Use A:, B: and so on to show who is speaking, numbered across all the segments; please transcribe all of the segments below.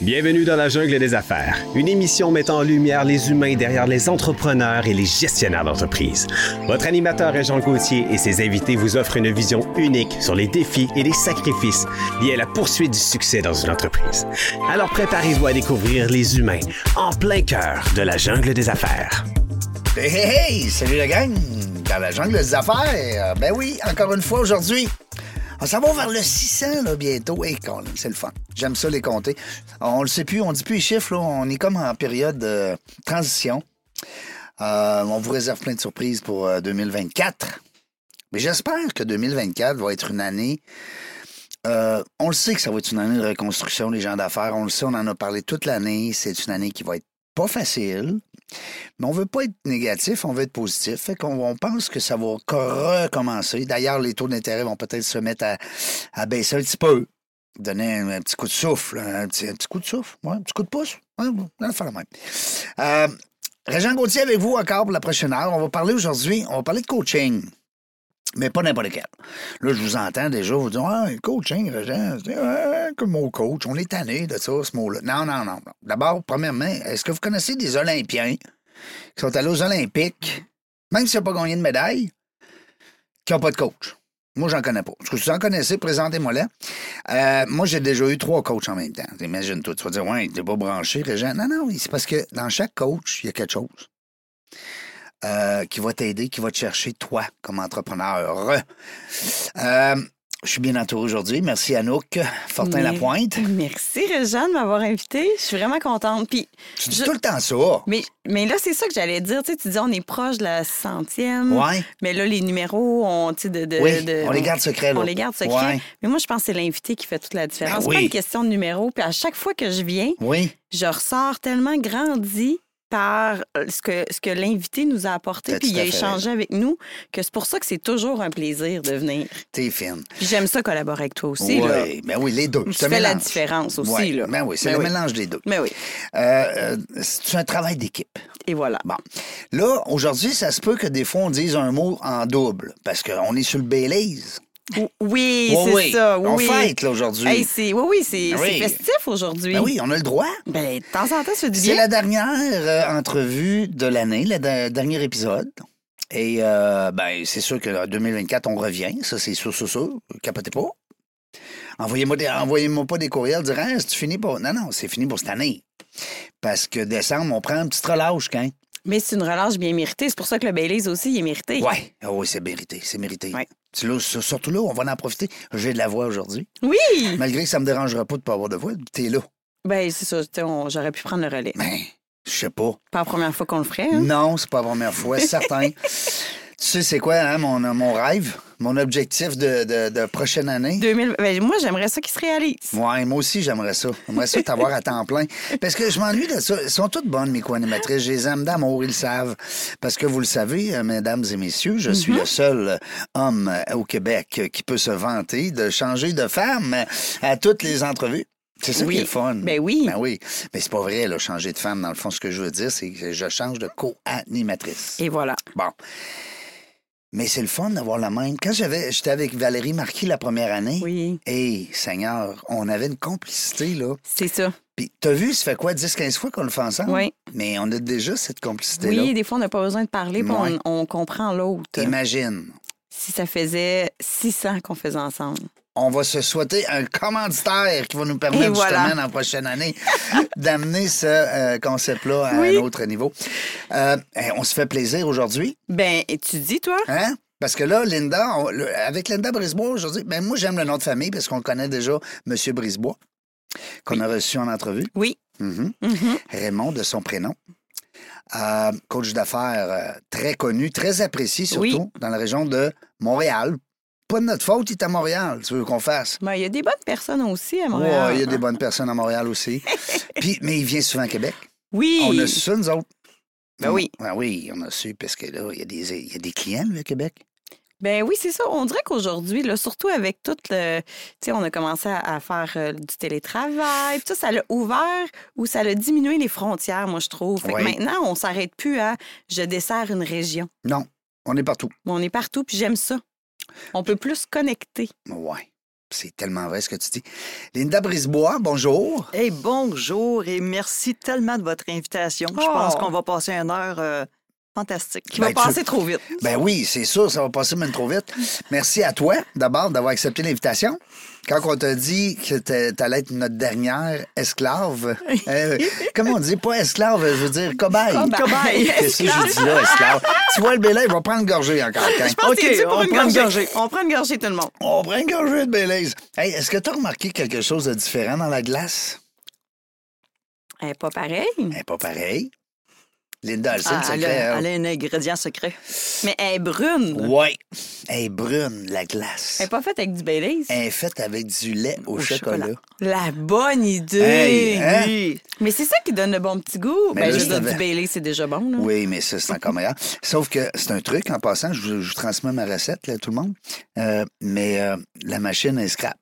A: Bienvenue dans la jungle des affaires, une émission mettant en lumière les humains derrière les entrepreneurs et les gestionnaires d'entreprise. Votre animateur est Jean Gauthier et ses invités vous offrent une vision unique sur les défis et les sacrifices liés à la poursuite du succès dans une entreprise. Alors préparez-vous à découvrir les humains en plein cœur de la jungle des affaires.
B: Hey, hey, hey! Salut la gang! Dans la jungle des affaires! Ben oui, encore une fois aujourd'hui, on s'en va vers le 600 là, bientôt. Hey, Colin, c'est le fun. J'aime ça les compter. On le sait plus, on dit plus les chiffres. Là. On est comme en période de transition. Euh, on vous réserve plein de surprises pour euh, 2024. Mais j'espère que 2024 va être une année. euh, on le sait que ça va être une année de reconstruction, les gens d'affaires. On le sait, on en a parlé toute l'année. C'est une année qui va être pas facile. Mais on veut pas être négatif, on veut être positif. Fait qu'on on pense que ça va co- recommencer. D'ailleurs, les taux d'intérêt vont peut-être se mettre à, à baisser un petit peu. Donner un, un petit coup de souffle, un petit, un petit coup de souffle, ouais, un petit coup de pouce. Ouais, ouais, on va faire la même. Euh, Régent Gauthier avec vous encore pour la prochaine heure. On va parler aujourd'hui, on va parler de coaching. Mais pas n'importe quel. Là, je vous entends déjà vous dire Ah, coaching, Régent, c'est ah, comme mon coach, on est tanné de ça, ce mot-là. Non, non, non. non. D'abord, premièrement, est-ce que vous connaissez des Olympiens qui sont allés aux Olympiques, même s'ils n'ont pas gagné de médaille, qui n'ont pas de coach. Moi, j'en connais pas. Est-ce que vous en connaissez? Présentez-moi là. Euh, moi, j'ai déjà eu trois coachs en même temps. Imagine-toi. Tu vas dire, ouais, t'es pas branché, Régent. Non, non, c'est parce que dans chaque coach, il y a quelque chose euh, qui va t'aider, qui va te chercher, toi, comme entrepreneur. Euh, je suis bien entouré aujourd'hui. Merci, Anouk Fortin-Lapointe.
C: Merci, Réjean, de m'avoir invité. Je suis vraiment contente. Puis,
B: Tu dis
C: je-
B: tout le temps ça.
C: mais, mais là, c'est ça que j'allais dire. Tu, sais, tu dis, on est proche de la centième.
B: Ouais.
C: Mais là, les numéros, on, tu sais, de, de-
B: Oui,
C: de-
B: on les garde secrets, là.
C: On les garde secrets.
B: Ouais.
C: Mais moi, je pense que c'est l'invité qui fait toute la différence.
B: Ben
C: C'est
B: oui.
C: pas une question de numéro. Puis à chaque fois que je viens,
B: Oui,
C: je ressors tellement grandi par euh, ce que, ce que l'invité nous a
B: T'as
C: apporté,
B: Ben,
C: puis
B: tout
C: il a
B: à fait
C: échangé avec nous, que c'est pour ça que c'est toujours un plaisir de venir.
B: t'es fine.
C: Puis j'aime ça collaborer avec toi aussi. là.
B: Oui, ben oui, les deux.
C: Tu
B: C'est un
C: fais la
B: mélange.
C: différence aussi.
B: Ouais,
C: là.
B: ben oui, c'est
C: Ben
B: le mélange des deux.
C: Mais oui,
B: Euh, euh, c'est un travail d'équipe.
C: et voilà.
B: Bon. Là, aujourd'hui, ça se peut que des fois, on dise un mot en double, parce qu'on est sur le Belize.
C: O- Oui,
B: Oui,
C: c'est
B: oui.
C: ça. Oui,
B: On
C: oui.
B: fête, là, aujourd'hui.
C: Hey, c'est- oui, oui, c'est
B: Ben
C: c'est
B: oui.
C: festif aujourd'hui.
B: Ben oui, on a le droit.
C: Ben, de temps en temps, ça fait du
B: C'est
C: bien.
B: la dernière euh, entrevue de l'année, le de- dernier épisode. Et euh, ben, c'est sûr que en 2024, on revient. Ça, c'est sûr, sûr, sûr. Capotez pas. Envoyez-moi des- envoyez-moi pas des courriels dire Hey, c'est fini pour. Non, non, c'est fini pour cette année. Parce que décembre, on prend un petit relâche, quand?
C: Mais c'est une relâche bien méritée. C'est pour ça que le Baileys aussi, il est mérité.
B: Ouais. Ah oui, c'est mérité. C'est mérité.
C: Ouais.
B: C'est là, sur- surtout là, on va en profiter. J'ai de la voix aujourd'hui.
C: Oui!
B: Malgré que ça me dérangera pas de pas avoir de voix, t'es là.
C: Ben, c'est ça. tu sais, on- J'aurais pu prendre le relais.
B: Ben, je sais pas.
C: Pas la première fois qu'on le ferait. hein.
B: Non, c'est pas la première fois, certain. tu sais, c'est quoi hein, mon, mon rêve, mon objectif de, de, de prochaine année?
C: 2000 ben, moi, j'aimerais ça qu'il se réalise.
B: Ouais, moi aussi, j'aimerais ça. J'aimerais ça t'avoir à temps plein. Parce que je m'ennuie de ça. Elles sont toutes bonnes, mes co-animatrices. Je les aime d'amour, ils le savent. Parce que vous le savez, euh, mesdames et messieurs, je suis
C: Mm-hmm.
B: le seul homme euh, au Québec euh, qui peut se vanter de changer de femme euh, à toutes les entrevues. C'est ça
C: Oui.
B: qui est le fun.
C: Ben oui.
B: Ben oui. Mais c'est pas vrai, là, changer de femme. Dans le fond, ce que je veux dire, c'est que je change de co-animatrice.
C: Et voilà.
B: Bon. Mais c'est le fun d'avoir la même. Quand j'avais, j'étais avec Valérie Marquis la première année.
C: Oui,
B: Hey, Seigneur, on avait une complicité, là.
C: c'est ça.
B: Puis, t'as vu, ça fait quoi, 10-15 fois qu'on le fait ensemble?
C: Oui.
B: Mais on a déjà cette complicité-là.
C: Oui, des fois, on n'a pas besoin de parler, puis on-
B: Ouais.
C: on, comprend l'autre.
B: Imagine.
C: Si ça faisait 600 qu'on faisait ensemble.
B: On va se souhaiter un commanditaire qui va nous permettre,
C: Et voilà.
B: justement, dans la prochaine année, d'amener ce euh, concept-là à
C: Oui.
B: un autre niveau. Euh, hey, on se fait plaisir aujourd'hui,
C: Ben, et tu dis, toi?
B: hein? Parce que là, Linda, on- le- avec Linda Brisebois aujourd'hui, ben moi, j'aime le nom de famille parce qu'on connaît déjà M. Brisebois, qu'on a reçu en entrevue.
C: Oui.
B: Mhm.
C: Mhm.
B: Raymond de son prénom. Euh, coach d'affaires euh, très connu, très apprécié surtout
C: Oui.
B: dans la région de Montréal. Pas de notre faute, il est à Montréal, tu veux qu'on fasse.
C: Ben, il y a des bonnes personnes aussi à Montréal.
B: Ouais, il y a des bonnes personnes à Montréal aussi. Puis, mais il vient souvent à Québec.
C: Oui.
B: On a su ça, nous autres.
C: Ben oui.
B: Ben oui, on a su, parce que là, il y a des, il y a des clients, là, à Québec.
C: Ben oui, c'est ça. On dirait qu'aujourd'hui, là, surtout avec tout le. Tu sais, on a commencé à, à faire euh, du télétravail. puis ça, ça l'a ouvert ou ça l'a diminué les frontières, moi, je trouve. Fait que
B: Oui.
C: maintenant, on s'arrête plus à je dessers une région.
B: Non, on est partout.
C: Mais on est partout, puis j'aime ça. On peut plus se connecter.
B: Ouais. C'est tellement vrai ce que tu dis. Linda Brisebois, bonjour.
D: Hey, bonjour et merci tellement de votre invitation. Je pense
C: Oh.
D: qu'on va passer une heure euh, fantastique.
C: Qui va
B: Ben, tu-
C: passer trop vite.
B: Ben oui, c'est sûr, ça va passer même trop vite. Merci à toi, d'abord, d'avoir accepté l'invitation. Quand on t'a dit que t'a- t'allais être notre dernière esclave, euh, comment on dit, pas esclave, je veux dire cobaille.
C: Cobaye. Cobaye.
B: Qu'est-ce que j'ai dit là, esclave? Tu vois, le Bélay, il va prendre une gorgée encore. Quand...
C: Je pense
D: OK,
C: que t'es dû pour
D: on
C: une
D: prend une
C: gorgée.
D: gorgée.
C: On prend une gorgée, tout le monde.
B: On prend une gorgée de Bélay. Hey, est-ce que t'as remarqué quelque chose de différent dans la glace?
C: Eh, pas pareil.
B: Ben, pas pareil. Linda, elle sait
D: Ah,
B: le
D: elle,
B: secret.
D: a,
B: hein?
D: elle a un ingrédient secret.
C: Mais elle est brune.
B: Ouais. Elle est brune, la glace.
C: Elle est pas faite avec du Baileys.
B: Elle est faite avec du lait au,
D: Au
B: chocolat.
D: chocolat.
C: La bonne idée.
B: Hey, hein?
C: Oui. Mais c'est ça qui donne le bon petit goût.
B: Mais
C: ben,
B: là,
C: je
B: je
C: veux dire,
B: savais.
C: du Baileys, c'est déjà bon. Là.
B: Oui, mais ça, c'est encore meilleur. Sauf que c'est un truc, en passant, je vous, je vous transmets ma recette, là, tout le monde. Euh, mais euh, la machine, elle scrap.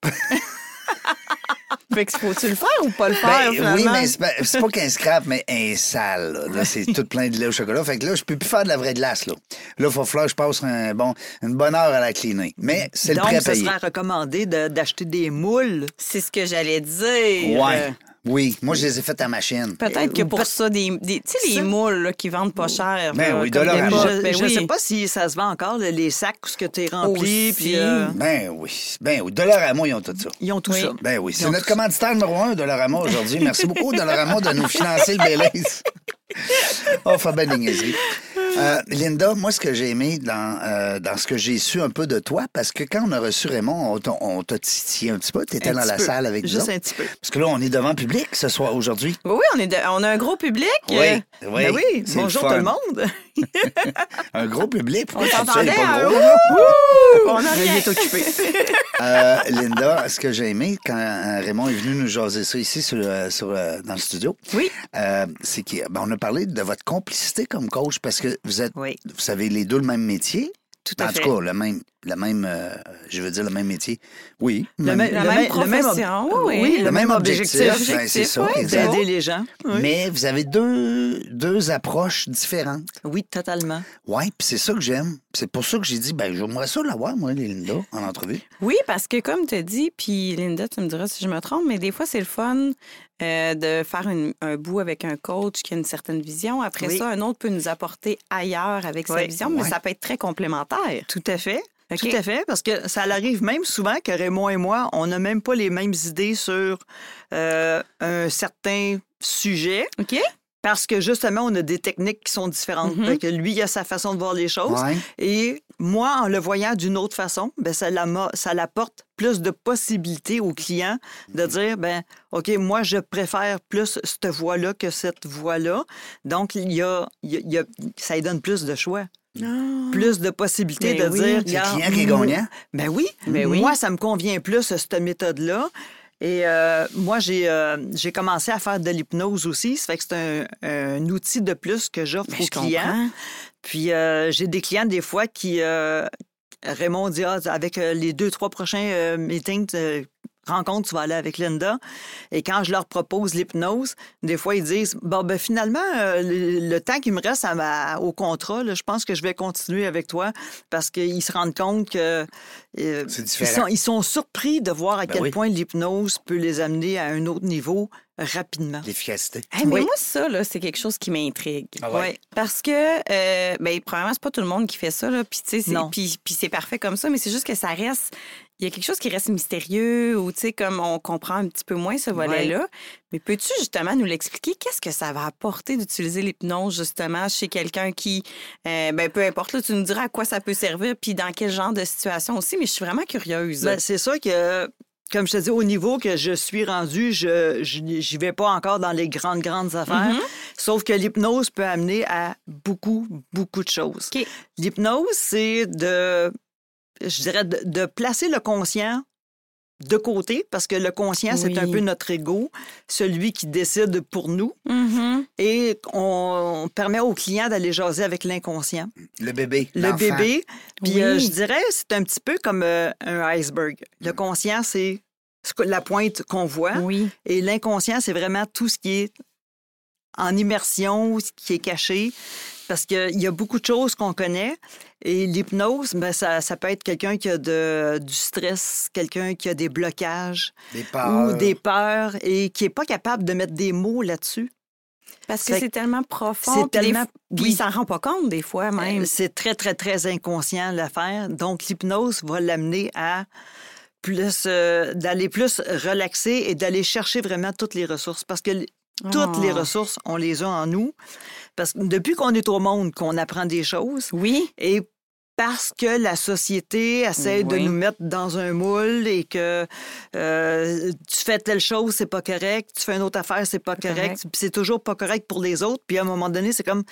C: Fait que faut-tu le faire ou pas le faire,
B: Ben,
C: finalement?
B: oui, mais c'est pas, c'est pas qu'elle scrap, mais elle est sale. Là, Là, c'est tout plein de lait au chocolat. Fait que là, je peux plus faire de la vraie glace. Là, là il faut falloir que je passe un bon, une bonne heure à la cleaner. Mais c'est le
D: Donc,
B: prêt
D: ce
B: payé.
D: serait recommandé de- d'acheter des moules.
C: C'est ce que j'allais dire.
B: Ouais. Oui, moi, je les ai faites à machine.
C: Peut-être que pour ça, des, des- tu sais, les
D: Ça-
C: moules là, qui vendent pas cher.
B: Ben
C: là,
B: oui,
C: comme
B: dollar
C: des
B: à
D: Mais
C: potes,
D: je
C: ben
D: je
C: oui.
D: sais pas si ça se vend encore, le- les sacs où ce que tu es rempli.
C: Aussi.
D: Puis, euh,
B: Ben oui. Ben oui. Dollar à moi, ils ont tout ça.
D: ils ont tout
C: Oui.
D: ça.
B: Ben oui, c'est
D: Ils ont
B: notre
D: tout ça.
B: commanditaire numéro un, Dollarama, aujourd'hui. Merci beaucoup, Dollarama, de nous financer le Belize. oh, fait bien des niaiseries. Euh, Linda, moi, ce que j'ai aimé dans, euh, dans ce que j'ai su un peu de toi, parce que quand on a reçu Raymond, on t'a- on t'a titillé un petit peu. Tu étais
D: Un
B: dans
D: petit
B: la
D: peu.
B: salle avec nous
D: Juste
B: autres.
D: un petit peu.
B: Parce que là, on est devant public ce soir, aujourd'hui.
C: Oui, oui, on, est de- on a un gros public. euh,
B: Oui, oui.
D: Ben oui,
B: c'est
D: bonjour
B: fun.
D: tout le monde.
B: Un gros public. Pourquoi
C: On
B: tu dis ça, il est
C: t'entendait,
B: pas
C: hein?
B: gros?
C: On a
D: Veuillez
C: rien.
D: t'occuper.
B: Euh, Linda, ce que j'ai aimé quand euh, Raymond est venu nous jaser ça ici sur, euh, sur, euh, dans le studio,
C: Oui.
B: euh, c'est qu'on a parlé de votre complicité comme coach parce que vous êtes,
D: Oui.
B: vous savez les deux le même métier. Ben,
D: Tout
B: en
D: à fait.
B: tout cas, le même, le même, euh, je veux dire le même métier. Oui.
D: Le
B: même-
D: même-
C: La
D: le
C: même
D: même- le même ob-
C: profession, oui.
D: oui, le même objectif.
B: objectif, ben, c'est ça,
C: oui,
B: exact.
D: D'aider les gens. Oui.
B: Mais vous avez deux, deux approches différentes.
D: Oui, totalement.
B: Oui, puis c'est ça que j'aime. C'est pour ça que j'ai dit, ben, j'aimerais ça l'avoir, moi, Linda, en entrevue.
C: Oui, parce que comme tu dis, puis Linda, tu me diras si je me trompe, mais des fois, c'est le fun euh, de faire une- un bout avec un coach qui a une certaine vision. Après
D: Oui.
C: ça, un autre peut nous apporter ailleurs avec sa
D: Oui.
C: vision, mais
B: Ouais.
C: ça peut être très complémentaire.
D: Tout à fait.
C: OK.
D: Tout à fait, parce que ça arrive même souvent que Raymond et moi, on n'a même pas les mêmes idées sur euh, un certain sujet,
C: OK?
D: parce que justement, on a des techniques qui sont différentes.
C: Mhm.
D: Fait que lui, il a sa façon de voir les choses.
B: Ouais.
D: Et moi, en le voyant d'une autre façon, ben, ça, l'amo- ça l'apporte plus de possibilités au client
B: Mm-hmm.
D: de dire, ben, OK, moi, je préfère plus cette voie-là que cette voie-là. Donc, il y a, il y a- il y a- ça lui donne plus de choix, plus de possibilités
C: Ben
D: de
C: oui.
D: dire,
B: C'est le
D: regarde,
B: client qui est gagnant.
D: ben oui,
C: Ben oui.
D: moi, ça me convient plus, cette méthode-là. Et euh, moi, j'ai euh, j'ai commencé à faire de l'hypnose aussi. Ça fait que c'est un, un outil de plus que j'offre
C: Ben,
D: aux
C: je
D: clients.
C: comprends.
D: Puis euh, j'ai des clients des fois qui euh, Raymond dit Ah, avec euh, les deux trois prochains euh, meetings euh, rencontres tu vas aller avec Linda et quand je leur propose l'hypnose des fois ils disent bon ben finalement euh, le, le temps qui me reste à ma- au contrat là, je pense que je vais continuer avec toi parce qu'ils se rendent compte que euh,
B: C'est
D: ils
B: différent.
D: sont, ils sont surpris de voir à
B: Ben
D: quel
B: oui.
D: point l'hypnose peut les amener à un autre niveau rapidement
B: L'efficacité.
C: Hey, mais
D: Oui.
C: moi, ça, là, c'est quelque chose qui m'intrigue.
B: Ah ouais?
C: Parce que, euh, ben, premièrement, c'est pas tout le monde qui fait ça, là. Puis, tu sais, c'est-
D: Non.
C: puis- puis c'est parfait comme ça, mais c'est juste que ça reste. Il y a quelque chose qui reste mystérieux ou, tu sais, comme on comprend un petit peu moins ce volet-là. Mais peux-tu justement nous l'expliquer? Qu'est-ce que ça va apporter d'utiliser l'hypnose, justement, chez quelqu'un qui, euh, ben, peu importe, là, tu nous diras à quoi ça peut servir, puis dans quel genre de situation aussi, mais je suis vraiment curieuse.
D: Ben, c'est sûr que, comme je te dis, au niveau que je suis rendue, je je n'y- j'y vais pas encore dans les grandes, grandes
C: Mm-hmm.
D: affaires.
C: Mhm.
D: Sauf que l'hypnose peut amener à beaucoup, beaucoup de choses.
C: OK.
D: L'hypnose, c'est de, je dirais, de, de placer le conscient de côté, parce que le conscient, c'est un
C: Oui.
D: peu notre ego, celui qui décide pour nous,
C: Mhm.
D: et on permet au client d'aller jaser avec l'inconscient
B: Le bébé.
D: le
B: l'enfant.
D: bébé. Puis
C: Oui.
D: euh, je dirais, c'est un petit peu comme euh, un iceberg. Le conscient, c'est ce que- la pointe qu'on voit.
C: Oui.
D: Et l'inconscient, c'est vraiment tout ce qui est en immersion, ce qui est caché, parce qu'il y a beaucoup de choses qu'on connaît. Et l'hypnose, ben, ça, ça peut être quelqu'un qui a de, du stress, quelqu'un qui a des blocages
B: Des
C: Ah,
B: peurs.
D: ou des peurs et qui n'est pas capable de mettre des mots là-dessus.
C: Parce que
D: Fait-
C: c'est tellement profond.
D: C'est
C: puis des
D: tellement-
C: f- Puis
D: oui.
C: il s'en rend pas compte des fois même.
D: Euh, C'est très, très, très inconscient l'affaire. Donc, l'hypnose va l'amener à plus euh, d'aller plus relaxer et d'aller chercher vraiment toutes les ressources. Parce que l- toutes
C: Oh.
D: les ressources, on les a en nous. Parce que depuis qu'on est au monde, qu'on apprend des choses.
C: Oui.
D: Et parce que la société essaie de
C: Oui.
D: nous mettre dans un moule et que euh, tu fais telle chose, c'est pas correct, tu fais une autre affaire, c'est pas correct,
C: correct.
D: puis c'est toujours pas correct pour les autres. Puis à un moment donné, c'est comme,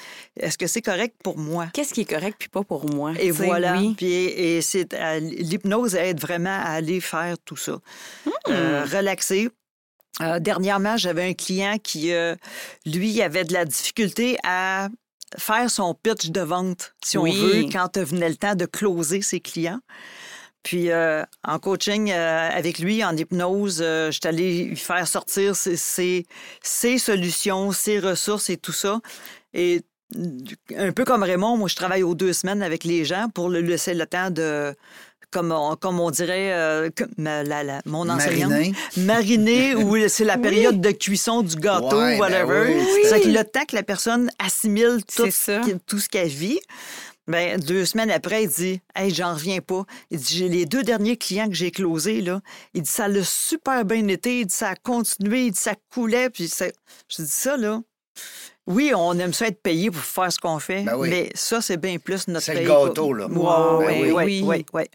D: est-ce que c'est correct pour moi?
C: Qu'est-ce qui est correct puis pas pour moi?
D: Et
C: tu sais,
D: voilà.
C: oui.
D: Puis, et c'est à- l'hypnose aide vraiment à aller faire tout ça,
C: Hmm.
D: Euh, relaxer. Euh, dernièrement, j'avais un client qui, euh, lui, avait de la difficulté à faire son pitch de vente, si
C: Oui.
D: on veut, quand venait le temps de closer ses clients. Puis euh, en coaching euh, avec lui, en hypnose, euh, je suis allée lui faire sortir ses, ses- ses solutions, ses ressources et tout ça. Et mm, un peu comme Raymond, moi, je travaille aux deux semaines avec les gens pour le laisser le temps de, comme on, comme on dirait, euh, que- ma- la- la- mon enseignante,
B: Mariner.
D: mariner ou c'est la période de cuisson du gâteau,
B: Ouais, ben
D: whatever.
B: oui,
C: Oui.
D: C'est que le temps que la personne assimile tout,
C: C'est ça.
B: Ah.
D: ce qui- tout ce qu'elle vit, ben, deux semaines après, il dit Hey, j'en reviens pas. Il dit J'ai les deux derniers clients que j'ai closés, là. Il dit Ça l'a super bien été. Il dit Ça a continué. Il dit Ça coulait. Puis ça... je dis Ça, là. Oui, on aime ça être payé pour faire ce qu'on fait,
B: Ben oui.
D: mais ça, c'est bien plus notre
B: C'est le
D: paye.
B: gâteau, là.
D: Ouais,
C: Ben
D: ouais,
C: oui.
D: ouais, ouais, ouais.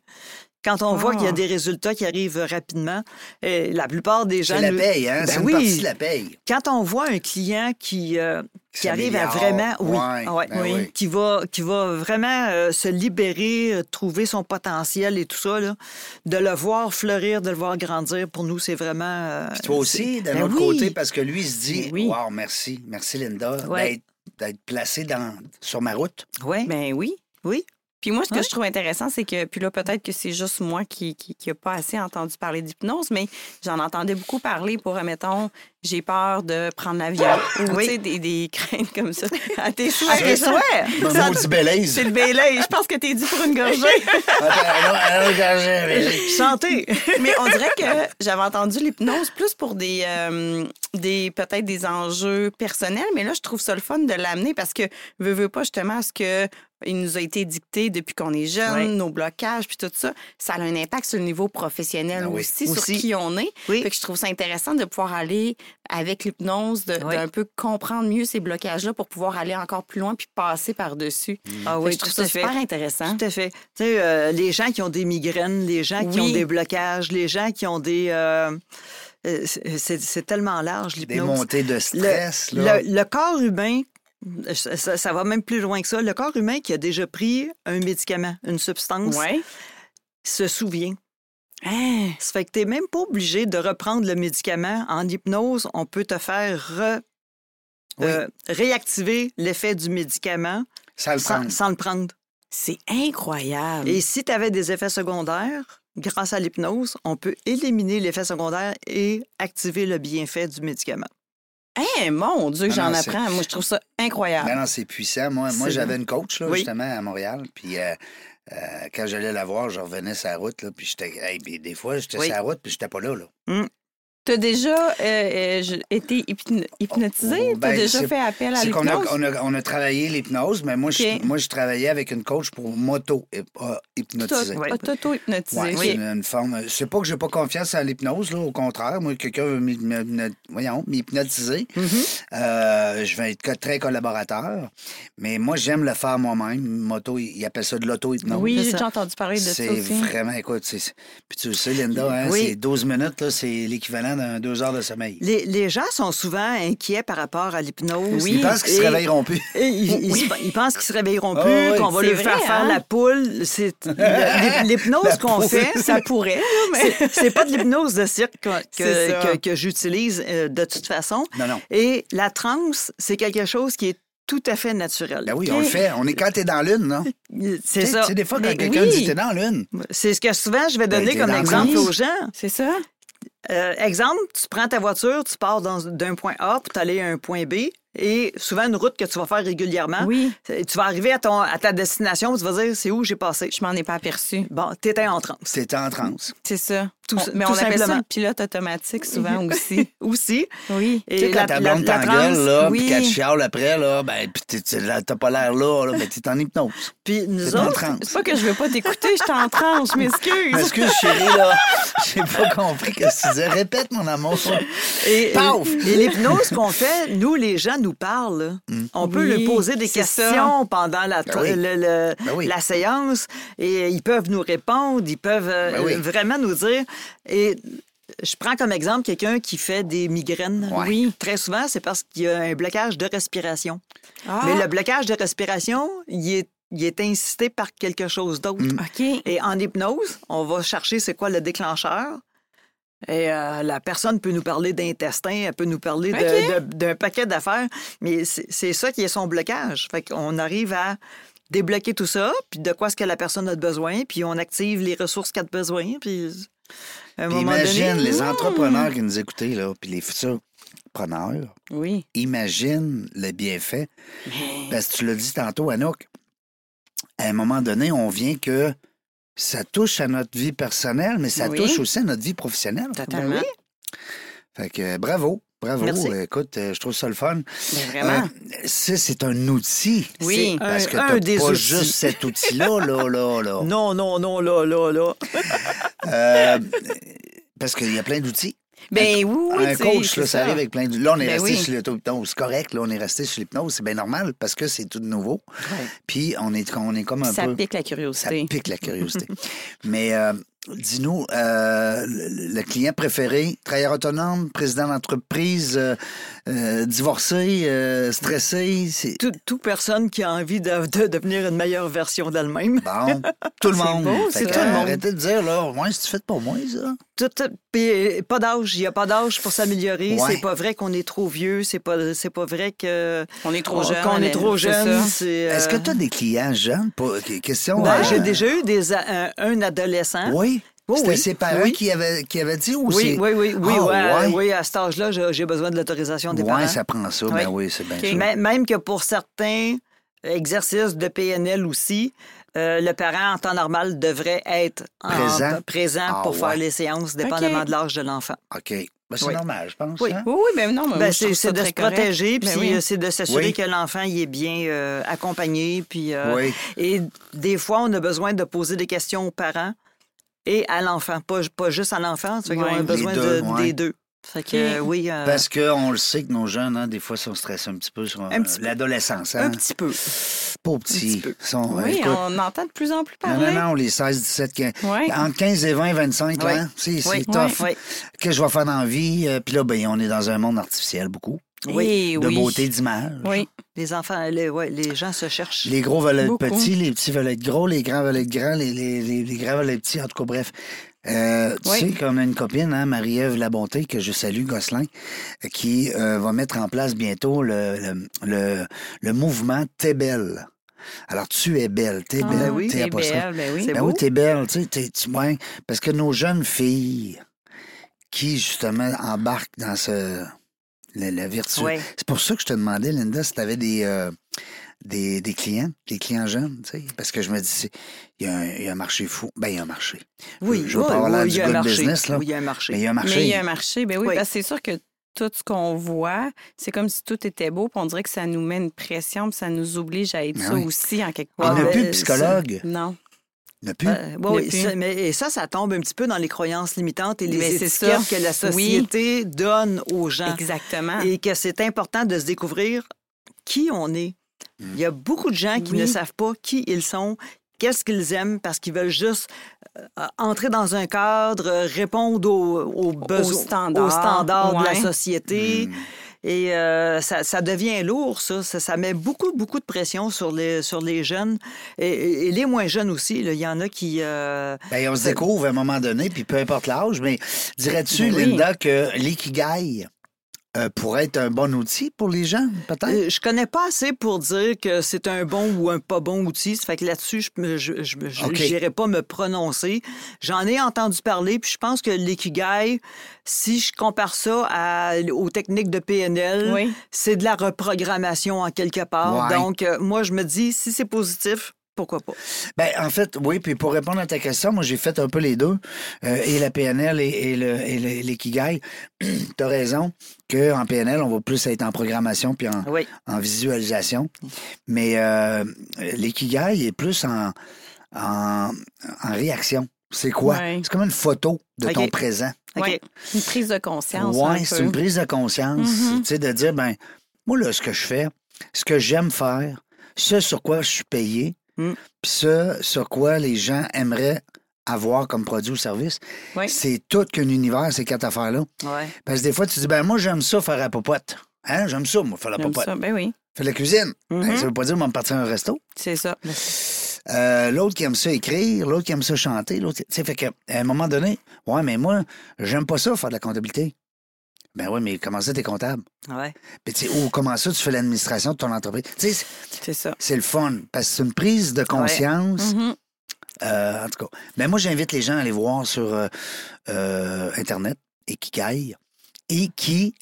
D: Quand on voit
C: Ah.
D: qu'il y a des résultats qui arrivent rapidement, euh, la plupart des gens.
B: C'est la
D: nous-
B: paye, hein?
D: Ben
B: c'est une
D: oui.
B: partie de la paye.
D: Quand on voit un client qui, euh,
B: Qui
D: qui arrive à vraiment.
B: s'améliore,
D: Oui,
B: ouais,
D: ah ouais,
B: ben oui.
D: Qui, va, qui va vraiment euh, se libérer, euh, trouver son potentiel et tout ça, là, de le voir fleurir, de le voir grandir, pour nous, c'est vraiment. euh,
B: Puis toi aussi, d'un
D: Ben
B: autre
D: oui.
B: côté, parce que lui, il se dit
C: Ben oui.
B: Wow, merci, merci Linda
D: Ouais.
B: d'être- d'être placé dans, sur ma route.
D: Ouais.
C: Ben oui.
D: Oui.
C: Puis moi, ce que
D: Ouais.
C: je trouve intéressant, c'est que, puis là, peut-être que c'est juste moi qui qui, qui a pas assez entendu parler d'hypnose, mais j'en entendais beaucoup parler pour, admettons, j'ai peur de prendre l'avion ou
D: Oui.
C: tu sais, des, des craintes comme ça. À tes
D: Ah,
C: souhaits.
D: et
C: Richard.
D: ouais.
B: Un maudit belaise.
C: C'est le bélay. Je pense que t'es dû pour une gorgée.
B: Attends, allons- allons, Roger, Roger.
D: Santé!
B: Mm.
C: Mais on dirait que j'avais entendu l'hypnose plus pour des, euh, des peut-être des enjeux personnels, mais là, je trouve ça le fun de l'amener parce que, veux, veux pas justement ce que il nous a été dicté depuis qu'on est jeune,
D: Ouais.
C: nos blocages, puis tout ça, ça a un impact sur le niveau professionnel
B: Ah oui.
C: aussi, sur
D: Ben Aussi.
C: qui on est.
D: Oui.
C: Fait que je trouve ça intéressant de pouvoir aller avec l'hypnose, de-
D: Oui.
C: d'un peu comprendre mieux ces blocages-là pour pouvoir aller encore plus loin puis passer par-dessus.
D: Ah
C: Fait que Ben, je trouve
D: tout à
C: ça
D: fait.
C: super hein. intéressant.
D: Tout à fait. Tu sais, euh, les gens qui ont des migraines, les gens
C: Oui.
D: qui ont des blocages, les gens qui ont des... euh, euh, c'est- c'est c'est tellement large,
B: Des
D: l'hypnose.
B: montées de stress,
D: Le,
B: là.
D: le- le corps humain, ça, ça- ça va même plus loin que ça, le corps humain qui a déjà pris un médicament, une substance,
C: Ouais.
D: se souvient.
C: Hein,
D: Ça fait que tu n'es même pas obligé de reprendre le médicament. En hypnose, on peut te faire re-
B: Oui.
D: euh, réactiver l'effet du médicament
B: Ça le prend.
D: sans- sans le prendre.
C: C'est incroyable.
D: Et si tu avais des effets secondaires, grâce à l'hypnose, on peut éliminer l'effet secondaire et activer le bienfait du médicament.
C: Eh, mon Dieu, que
B: Ah
C: j'en
B: non, c'est- Ben,
C: apprends. Moi, je trouve ça incroyable.
B: Non, non, c'est puissant. Moi, moi
D: C'est-
B: j'avais une coach, là,
D: Oui.
B: justement, à Montréal. Puis euh, euh, quand j'allais la voir, je revenais sur la route, là, puis j'étais... hey, puis des fois, j'étais
D: Oui.
B: sur la route, puis j'étais pas là, là.
C: T'as déjà euh, euh, je- été hypno- hypnotisé?
B: Oh, ben,
C: T'as déjà
B: c'est-
C: fait appel à
B: C'est qu'on a,
C: l'hypnose?
B: on a, on a travaillé l'hypnose, mais moi,
C: Ok.
B: je, moi, je travaillais avec une coach pour m'auto-hypnotiser.
D: Ouais.
C: T'auto-hypnotisé.
B: Ouais, c'est une, une forme. euh, C'est pas que j'ai pas confiance en l'hypnose, là. Au contraire, moi, quelqu'un veut m'hy- me- me- voyons, m'hypnotiser. Euh, je vais être co- très collaborateur. Mais moi, j'aime le faire moi-même. Moto, il appelle ça de l'auto-hypnose.
C: Oui,
D: c'est
C: j'ai
D: ça.
C: déjà entendu parler de
B: C'est
C: ça aussi.
B: vraiment, écoute, c'est- puis tu le sais, Linda, hein,
D: Oui.
B: c'est 12 minutes, là, c'est l'équivalent d'un deux heures de sommeil.
D: Les, les gens sont souvent inquiets par rapport à l'hypnose.
C: Oui.
B: Ils pensent qu'ils se
D: Et-
B: réveilleront plus.
D: et ils, ils- ils pensent qu'ils se réveilleront
B: Ah
D: plus,
B: oui,
D: qu'on va
C: c'est
D: leur
C: vrai,
D: faire faire
C: hein?
D: la poule. C'est l'hyp- l'hypnose qu'on
B: poule.
D: fait, ça
C: Ça pourrait, là, mais...
D: C'est- C'est pas de l'hypnose de cirque que,
C: C'est ça.
D: que, que- que j'utilise euh, de toute façon.
B: Non, non.
D: Et la transe, c'est quelque chose qui est tout à fait naturel.
B: Ben oui, on le fait. On est quand t'es dans l'une, non?
D: C'est ça.
B: Tu sais, des fois, quand
D: Mais
B: quelqu'un
D: oui.
B: dit t'es dans l'une,
D: C'est ce que souvent je vais
B: Ben,
D: donner
B: t'es
D: comme
B: dans la
D: exemple
C: course.
D: aux gens.
C: C'est ça?
D: Euh, exemple, tu prends ta voiture, tu pars dans- d'un point A pour t'aller à un point B. et souvent une route que tu vas faire régulièrement.
C: Oui.
D: Tu vas arriver à, ton, à ta destination, tu vas dire c'est où j'ai passé.
C: Je m'en ai pas aperçu.
D: Bon, t'étais en transe.
B: C'était en transe.
C: C'est ça.
D: Tout-
C: On- mais
D: tout
C: on appelle ça
D: simplement.
C: le pilote automatique souvent aussi.
D: Aussi.
C: Oui.
D: Et
B: Tu sais, quand ta blonde t'engueule,
D: transe,
B: là,
C: oui.
B: puis qu'elle te chiale après, là, ben, puis t'es- t'es- là, t'as pas l'air là, là, mais t'es en hypnose.
D: Puis nous
B: C'est en
D: autres,
B: transe.
C: C'est pas que je veux pas t'écouter, je suis en transe, je m'excuse.
B: Excuse, chérie, là, j'ai pas compris que tu disais. Répète, mon amour.
D: Et,
B: Paf!
D: et l'hypnose qu'on fait, nous, les gens nous parlent. On peut
C: Oui,
D: lui poser des
C: c'est
D: questions pendant la,
B: Mm. Ben oui.
D: le- le-
B: Ben oui.
D: la séance et euh, ils peuvent nous répondre, ils peuvent euh,
B: Ben oui.
D: vraiment nous dire. Et je prends comme exemple quelqu'un qui fait des migraines.
B: Ouais.
C: Oui.
D: Très souvent, c'est parce qu'il y a un blocage de respiration.
C: Ah,
D: Mais le blocage de respiration, il est, il est incité par quelque chose d'autre.
B: Mm.
C: OK.
D: Et en hypnose, on va chercher c'est quoi le déclencheur. Et euh, la personne peut nous parler d'intestin, elle peut nous parler de-
C: Ok.
D: de- d'un paquet d'affaires, mais c'est c'est ça qui est son blocage. Fait qu'on arrive à débloquer tout ça, puis de quoi est-ce que la personne a de besoin, puis on active les ressources qu'elle a de besoin, puis à un
B: Puis
D: moment
B: Imagine
D: donné... hein,
B: les entrepreneurs qui nous écoutaient, là, puis les futurs preneurs.
C: Oui.
B: Imagine le bienfait. Parce que tu l'as dit tantôt, Anouk. À un moment donné, on vient que ça touche à notre vie personnelle, mais ça
C: Oui.
B: touche aussi à notre vie professionnelle.
C: Totalement.
D: Ben
B: Fait que euh, bravo, bravo.
D: Merci.
B: Écoute, euh, je trouve ça le fun.
C: Mais vraiment.
B: Euh, ça, c'est un outil.
C: Oui.
B: C'est- Parce
D: Un-
B: que
D: un
B: t'as
D: des
B: pas
D: outils.
B: juste cet outil-là, là, là, là.
D: Non, non, non, là, là, là.
B: Euh, parce qu'il y a plein d'outils.
C: Ben oui, oui,
B: un
C: tu sais,
B: coach,
C: c'est
B: là, ça arrive avec plein de... Là, on est
C: Ben
B: resté
C: oui.
B: sur l'auto-hypnose. C'est correct, là, on est resté sur l'hypnose. C'est bien normal parce que c'est tout nouveau. Puis on est, on est comme un
C: Ça
B: peu...
C: pique la
B: Ça
C: curiosité.
B: pique la curiosité. Mais euh, dis-nous, euh, le, le client préféré, travailleur autonome, président d'entreprise, euh, euh, divorcé, euh, stressé, c'est...
D: Tout- Toute personne qui a envie de, de devenir une meilleure version d'elle-même.
B: Bon, tout le monde.
C: beau,
B: Fait
C: c'est
B: que,
C: tout le monde.
B: Arrêtez de dire, là, ouais, c'est fait pour moi, ça.
D: Tout, puis, euh, pas d'âge, il n'y a pas d'âge pour s'améliorer.
B: Ouais.
D: C'est pas vrai qu'on est trop vieux, c'est pas, c'est pas vrai que
C: On est
B: Oh,
C: trop jeune.
D: qu'on est trop
C: c'est
D: jeune.
C: ça.
D: c'est, euh,
B: Est-ce que tu as des clients jeunes? Pas- que- Question.
D: ben,
B: euh,
D: j'ai déjà eu des, a- un, un adolescent.
B: Oui.
D: Hein? Oui,
B: C'était
D: oui.
B: ses parents
D: Oui.
B: qui, avaient, qui avaient dit ou
D: Oui,
B: c'est-
D: oui, oui, oui,
B: Ah,
D: ouais,
B: ouais.
D: oui, à cet âge-là, je- j'ai besoin de l'autorisation des
B: Ouais,
D: parents.
B: ça prend ça. Ben
D: Oui.
B: oui, c'est bien
C: Ok.
B: sûr.
D: Mè- Même que pour certains exercices de PNL aussi, euh, le parent en temps normal devrait être en-
B: Présent?
D: présent
B: Ah,
D: pour
B: ouais.
D: faire les séances, dépendamment
C: Ok.
D: de l'âge de l'enfant.
B: OK. Ben, c'est
D: Oui.
B: normal, je pense.
D: Oui.
B: hein?
C: Oui, oui, ben non, mais
D: Ben,
C: moi, je
D: c'est
C: trouve
D: c'est
C: ça
D: de
C: très
D: se
C: correct.
D: protéger, puis
C: Ben oui.
D: euh, c'est de s'assurer
B: Oui.
D: que l'enfant y est bien euh, accompagné. Puis, euh,
B: Oui.
D: Et des fois, on a besoin de poser des questions aux parents et à l'enfant, pas, pas juste à l'enfant. ça fait qu'on
C: Ouais.
D: a
C: Les
D: besoin
B: deux,
D: de-
B: ouais. Ben,
D: des deux. Fait que, euh, oui, euh,
B: Parce qu'on le sait que nos jeunes, hein, des fois, sont stressés un petit peu sur euh,
D: petit peu.
B: l'adolescence.
D: un
B: Hein?
D: petit peu.
B: Pas petits.
D: petit peu.
B: Sont,
C: Oui,
B: écoute,
C: on entend de plus en plus
B: Non, Ah, non,
C: parler.
B: non, les 16, 17, 15.
C: Ouais.
B: Entre 15 et 20, 25,
D: Oui.
B: là, hein? c'est c'est
D: Oui.
B: tough.
D: Oui.
B: Qu'est-ce que je vais faire dans la vie? Euh, Puis là, ben, on est dans un monde artificiel beaucoup.
C: Eh
B: de
C: oui.
B: beauté d'image.
C: Oui.
D: Les enfants, les, ouais, les gens se cherchent.
B: Les gros veulent être
C: Beaucoup.
B: petits, les petits veulent être gros, les grands veulent être grands, les, les, les- les grands veulent être petits. En tout cas, bref. Euh, tu
C: Oui.
B: sais qu'on a une copine, hein, Marie-Ève Labonté, que je salue, Gosselin, euh, qui euh, va mettre en place bientôt le, le, le- le mouvement T'es belle. Alors, tu es belle, t'es
C: Ah,
B: belle,
D: oui,
B: t'es
C: t'es
B: apostrophe.
C: belle, ben oui.
D: C'est
B: Ben
D: beau.
B: oui, t'es belle, tu sais, t'es- tu- ouais, parce que nos jeunes filles qui, justement, embarquent dans ce, la, la vertu.
D: Ouais.
B: C'est pour ça que je te demandais, Linda, si t'avais des, euh, des, des clients, des clients jeunes, tu sais, parce que je me dis, c'est- il y, a un- il y a un marché fou. Ben, il y a un marché.
D: Oui,
B: Je veux
D: oui,
B: pas avoir l'air
D: oui,
B: du
D: il y a
B: gars
D: un
B: de
D: marché.
B: business, là.
D: Oui, il y a un marché.
B: Mais il y a un marché.
C: Mais il y a un marché, ben oui,
D: Oui.
C: parce que c'est sûr que tout ce qu'on voit, c'est comme si tout était beau, puis on dirait que ça nous met une pression, puis ça nous oblige à être
B: Ben
C: ça
B: oui.
C: aussi en quelque
B: Il
C: part. Euh,
B: n'y a
D: Ah,
B: plus de
D: ben,
B: psychologue.
C: Non.
B: Il n'y a plus.
D: Euh, ouais,
C: Le
D: oui,
C: plus.
D: ça, mais et ça, ça tombe un petit peu dans les croyances limitantes et les
C: Mais c'est
D: étiquettes
C: ça.
D: que la
C: Oui.
D: société donne aux gens.
C: Exactement.
D: Ah. Et que c'est important de se découvrir qui on est. Il y a beaucoup de gens qui
C: Oui.
D: ne savent pas qui ils sont, qu'est-ce qu'ils aiment, parce qu'ils veulent juste euh, entrer dans un cadre, euh, répondre aux, aux besoins,
C: standards,
D: aux standards de la
C: ouais.
D: société.
B: Mm. Hmm.
D: Et euh, ça, ça devient lourd, ça. ça. ça met beaucoup, beaucoup de pression sur les, sur les jeunes et, et- et les moins jeunes aussi. là. Il y en a qui... euh,
B: Ben, on se
D: c'est-
B: découvre à un moment donné, puis peu importe l'âge, mais dirais-tu,
C: Ben oui.
B: Linda, que l'ikigai, euh, pourrait être un bon outil pour les gens, peut-être?
D: Euh, Je connais pas assez pour dire que c'est un bon ou un pas bon outil. Ça fait que là-dessus, je n'irai je, je- je-
B: OK.
D: j'irai pas me prononcer. J'en ai entendu parler, puis je pense que l'ikigai, si je compare ça à- aux techniques de PNL,
C: Oui.
D: c'est de la reprogrammation en quelque part.
B: Ouais.
D: Donc, euh, moi, je me dis, si c'est positif, pourquoi pas?
B: Ben, en fait, oui, puis pour répondre à ta question, moi, j'ai fait un peu les deux, euh, et la PNL et, et le, et le- l'ikigai. T'as raison qu'en PNL, on va plus être en programmation puis en,
D: Oui.
B: en visualisation. Mais euh, l'ikigai est plus en, en, en réaction. C'est quoi?
C: Ouais.
B: C'est comme une photo de ton
D: OK.
B: présent.
D: OK.
C: Ouais. Une prise de conscience. un
B: Oui,
C: peu.
B: c'est une prise de conscience.
C: Mhm.
B: Tu sais, de dire, ben, moi, là, ce que je fais, ce que j'aime faire, ce sur quoi je suis payé,
D: Mm.
B: puis ce sur quoi les gens aimeraient avoir comme produit ou service,
C: Oui.
B: c'est tout qu'un univers, ces quatre affaires-là.
D: Ouais.
B: Parce que des fois, tu dis, ben, moi, j'aime ça faire la popote. Hein, j'aime ça, moi, faire la
C: J'aime
B: popote.
C: ça. Mm-hmm. Ben oui,
B: Faire la cuisine. Ben,
D: Mhm.
B: ça veut pas dire, moi, me partir à un resto.
C: c'est ça.
B: Euh, l'autre qui aime ça écrire, l'autre qui aime ça chanter, l'autre. Tu sais, fait qu'à un moment donné, ouais, mais moi, j'aime pas ça faire de la comptabilité. Ben oui, mais comment ça, t'es comptable?
D: Ouais.
B: Puis tu sais, ou comment ça, tu fais l'administration de ton entreprise? Tu sais, c'est-
C: C'est ça.
B: c'est le fun, parce que c'est une prise de conscience.
C: Mhm.
B: euh, en tout cas, ben moi, j'invite les gens à aller voir sur euh, euh, Internet, Ikigai, Ikia,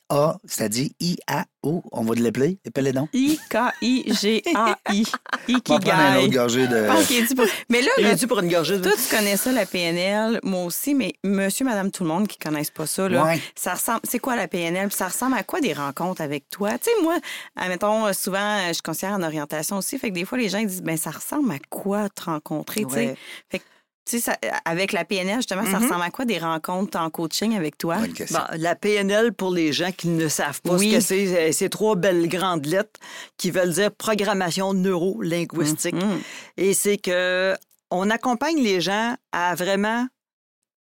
B: c'est-à-dire I-A-O, on va l'appeler, appelez donc.
C: I-K-I-G-A-I.
B: On va prendre un autre
C: Ikigai.
B: gorgée de...
C: Je pense qu'il est dû pour- Mais là,
D: Il
C: là,
D: est dû pour une gorgée de...
C: toi, tu connais ça, la PNL, moi aussi, mais monsieur, madame, tout le monde qui ne connaissent pas ça, là,
B: Ouais.
C: ça ressemble, c'est quoi la PNL? Puis Ça ressemble à quoi des rencontres avec toi? Tu sais, moi, admettons, euh, souvent, euh, je suis conseillère en orientation aussi, fait que des fois, les gens ils disent, ben ça ressemble à quoi te rencontrer? Tu sais,
D: Ouais.
C: Fait que, tu sais, ça- euh, avec la PNL, justement, ça ressemble à quoi des rencontres en coaching avec toi?
B: Bonne question.
D: Bon, la PNL, pour les gens qui ne savent pas
C: Oui.
D: ce que c'est, euh, c'est trois belles grandes lettres qui veulent dire programmation neuro-linguistique.
C: Mhm.
D: Et c'est que on accompagne les gens à vraiment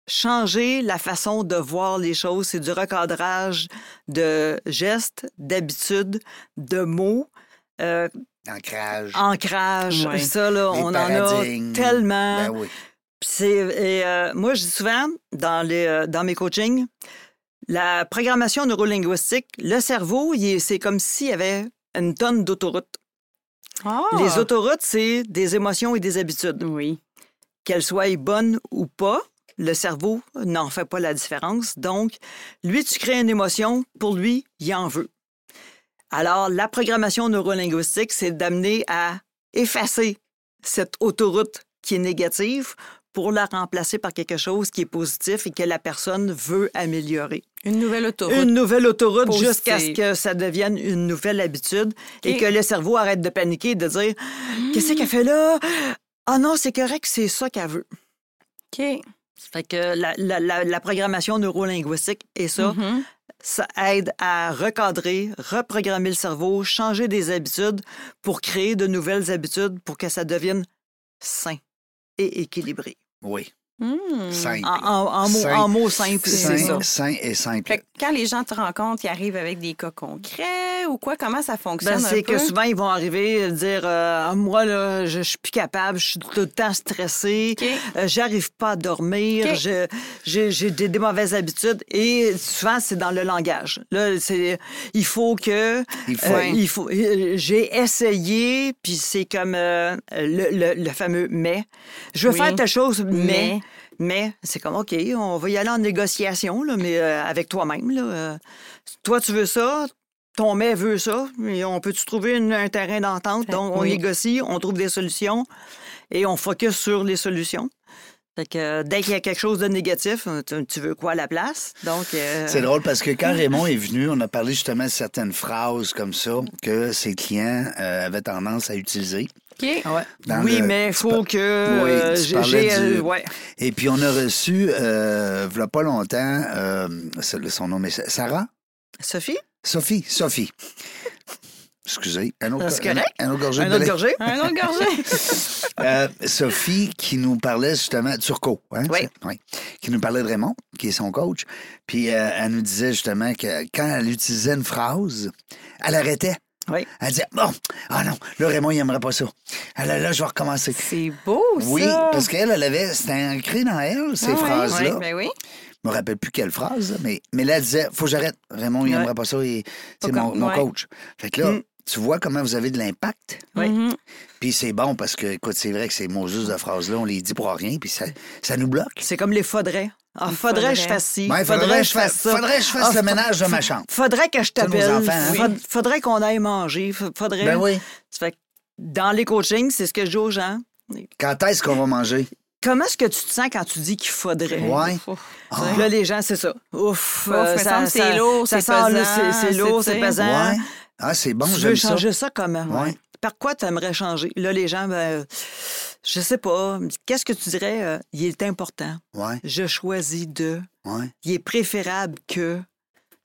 D: changer la façon de voir les choses. C'est du recadrage de gestes, d'habitudes, de mots. euh,
B: Ancrage.
C: Ah.
D: ancrage,
C: Ouais.
D: ça, là,
B: Les
D: on
B: paradigmes.
D: en a tellement.
B: Ben oui.
D: Puis c'est- et, euh, moi, je dis souvent dans, les, euh, dans mes coachings, la programmation neurolinguistique, le cerveau, il est- c'est comme s'il y avait une tonne d'autoroutes.
C: Ah!
D: Les autoroutes, c'est des émotions et des habitudes.
C: Oui.
D: Qu'elles soient bonnes ou pas, le cerveau n'en fait pas la différence. Donc, lui, tu crées une émotion, pour lui, il en veut. Alors, la programmation neurolinguistique, c'est d'amener à effacer cette autoroute qui est négative pour la remplacer par quelque chose qui est positif et que la personne veut améliorer.
C: Une nouvelle autoroute.
D: Une nouvelle autoroute
C: Positive.
D: jusqu'à ce que ça devienne une nouvelle habitude et
C: Ok.
D: que le cerveau arrête de paniquer et de dire Qu'est-ce qu'elle fait là Ah non, c'est correct, c'est ça qu'elle veut.
C: OK.
D: Ça fait que la, la- la- la programmation neurolinguistique et ça,
C: Mhm.
D: ça aide à recadrer, reprogrammer le cerveau, changer des habitudes pour créer de nouvelles habitudes pour que ça devienne sain et équilibré.
B: Oui.
C: Hmm.
B: Simple.
D: En, en- en mots,
B: Sain.
D: en mots simples,
B: Sain,
D: c'est ça.
B: sain et simple.
C: Fait que quand les gens te rencontrent, ils arrivent avec des cas concrets ou quoi? Comment ça fonctionne?
D: Ben,
C: un
D: c'est
C: peu?
D: que souvent, ils vont arriver et dire euh, Ah, Moi, là, je, je suis plus capable, je suis tout le temps stressée,
C: OK.
D: euh, j'arrive pas à dormir,
C: OK.
D: je- j'ai j'ai des, des mauvaises habitudes. Et souvent, c'est dans le langage. Là, c'est il faut que.
B: Il faut.
D: euh, il faut euh, J'ai essayé, puis c'est comme euh, le, le- le fameux mais. Je veux
C: Oui.
D: faire telle chose,
C: Mais.
D: mais. Mais c'est comme, OK, on va y aller en négociation, là, mais euh, avec toi-même. là. Euh, toi, tu veux ça, ton mec veut ça, mais on peut-tu trouver une- un terrain d'entente?
C: Fait-
D: Donc, on
C: oui.
D: négocie, on trouve des solutions et on focus sur les solutions. Fait que euh, dès qu'il y a quelque chose de négatif, euh, tu, tu veux quoi à la place? Donc, euh,
B: C'est drôle parce que quand Raymond est venu, on a parlé justement de certaines phrases comme ça que ses clients euh, avaient tendance à utiliser.
C: OK.
D: ouais.
B: Dans
D: oui,
B: le-
D: mais il
B: tu
D: faut
B: par-
D: que
B: Oui,
D: euh,
B: tu
D: j'ai-
B: parlais
D: j'ai... euh,
B: du-
D: ouais.
B: Et puis on a reçu, euh, il pas longtemps, euh, c'est- son nom est Sarah?
D: Sophie,
B: Sophie? Sophie. Excusez, un autre,
D: C'est
B: un,
D: correct.
B: un autre gorgée
D: un
B: de
D: autre
B: lait.
D: gorgée?
C: Un autre gorgée.
B: Euh, Sophie qui nous parlait justement, Turco, hein,
D: Oui.
B: c'est- oui, qui nous parlait de Raymond, qui est son coach. Puis euh, elle nous disait justement que quand elle utilisait une phrase, elle arrêtait.
D: Oui.
B: Elle disait, bon, ah non, là, Raymond, il n'aimerait pas ça. Ah là, là, je vais recommencer.
C: C'est beau, ça.
B: Oui, parce qu'elle, elle avait, c'était ancré dans elle, ces
C: Ah ouais,
B: phrases-là.
C: ouais, ben oui.
B: me rappelle plus quelle phrase, là, mais, mais là, elle disait Faut que j'arrête. Raymond, il
D: Ouais.
B: n'aimerait pas ça. il- C'est
C: Faut
B: mon,
C: comme-
B: mon
C: ouais.
B: coach. Fait que là,
D: Mm.
B: tu vois comment vous avez de l'impact.
D: Oui.
C: Mhm.
B: Puis c'est bon parce que, écoute, c'est vrai que ces mots juste de phrases-là, on les dit pour rien, puis ça, ça nous bloque.
D: C'est comme les faudrait. Ah,
C: Les
D: faudrait que je
C: faudrait.
D: fasse ci.
B: Ouais, Ben, faudrait, que je fasse,
D: ça.
B: faudrait que je fasse
D: Ah,
B: le ménage de ma chambre.
D: Faudrait que je
B: C'est nos
D: t'appelle.
B: enfants, hein?
D: Faud- Faudrait qu'on aille manger. F- Faudrait.
B: Ben oui.
D: Ça fait que dans les coachings, c'est ce que je dis aux gens.
B: Quand est-ce qu'on va manger?
D: Comment est-ce que tu te sens quand tu dis qu'il faudrait?
B: Ouais.
D: Là, les gens, c'est ça. Ouf, euh,
C: Ouf, me semble c'est lourd,
D: ça
C: c'est
D: sort, là,
C: pesant,
D: c'est- c'est lourd,
C: c'est-
D: c'est pesant.
B: Ouais. Ah, c'est bon,
D: tu veux
B: j'aime ça.
D: changer ça, comment? ouais.
B: Ouais.
D: Par quoi tu aimerais changer? Là, les gens, ben, je sais pas. Qu'est-ce que tu dirais? euh, il est important.
B: Ouais,
D: Je choisis de.
B: ouais.
D: Il est préférable que.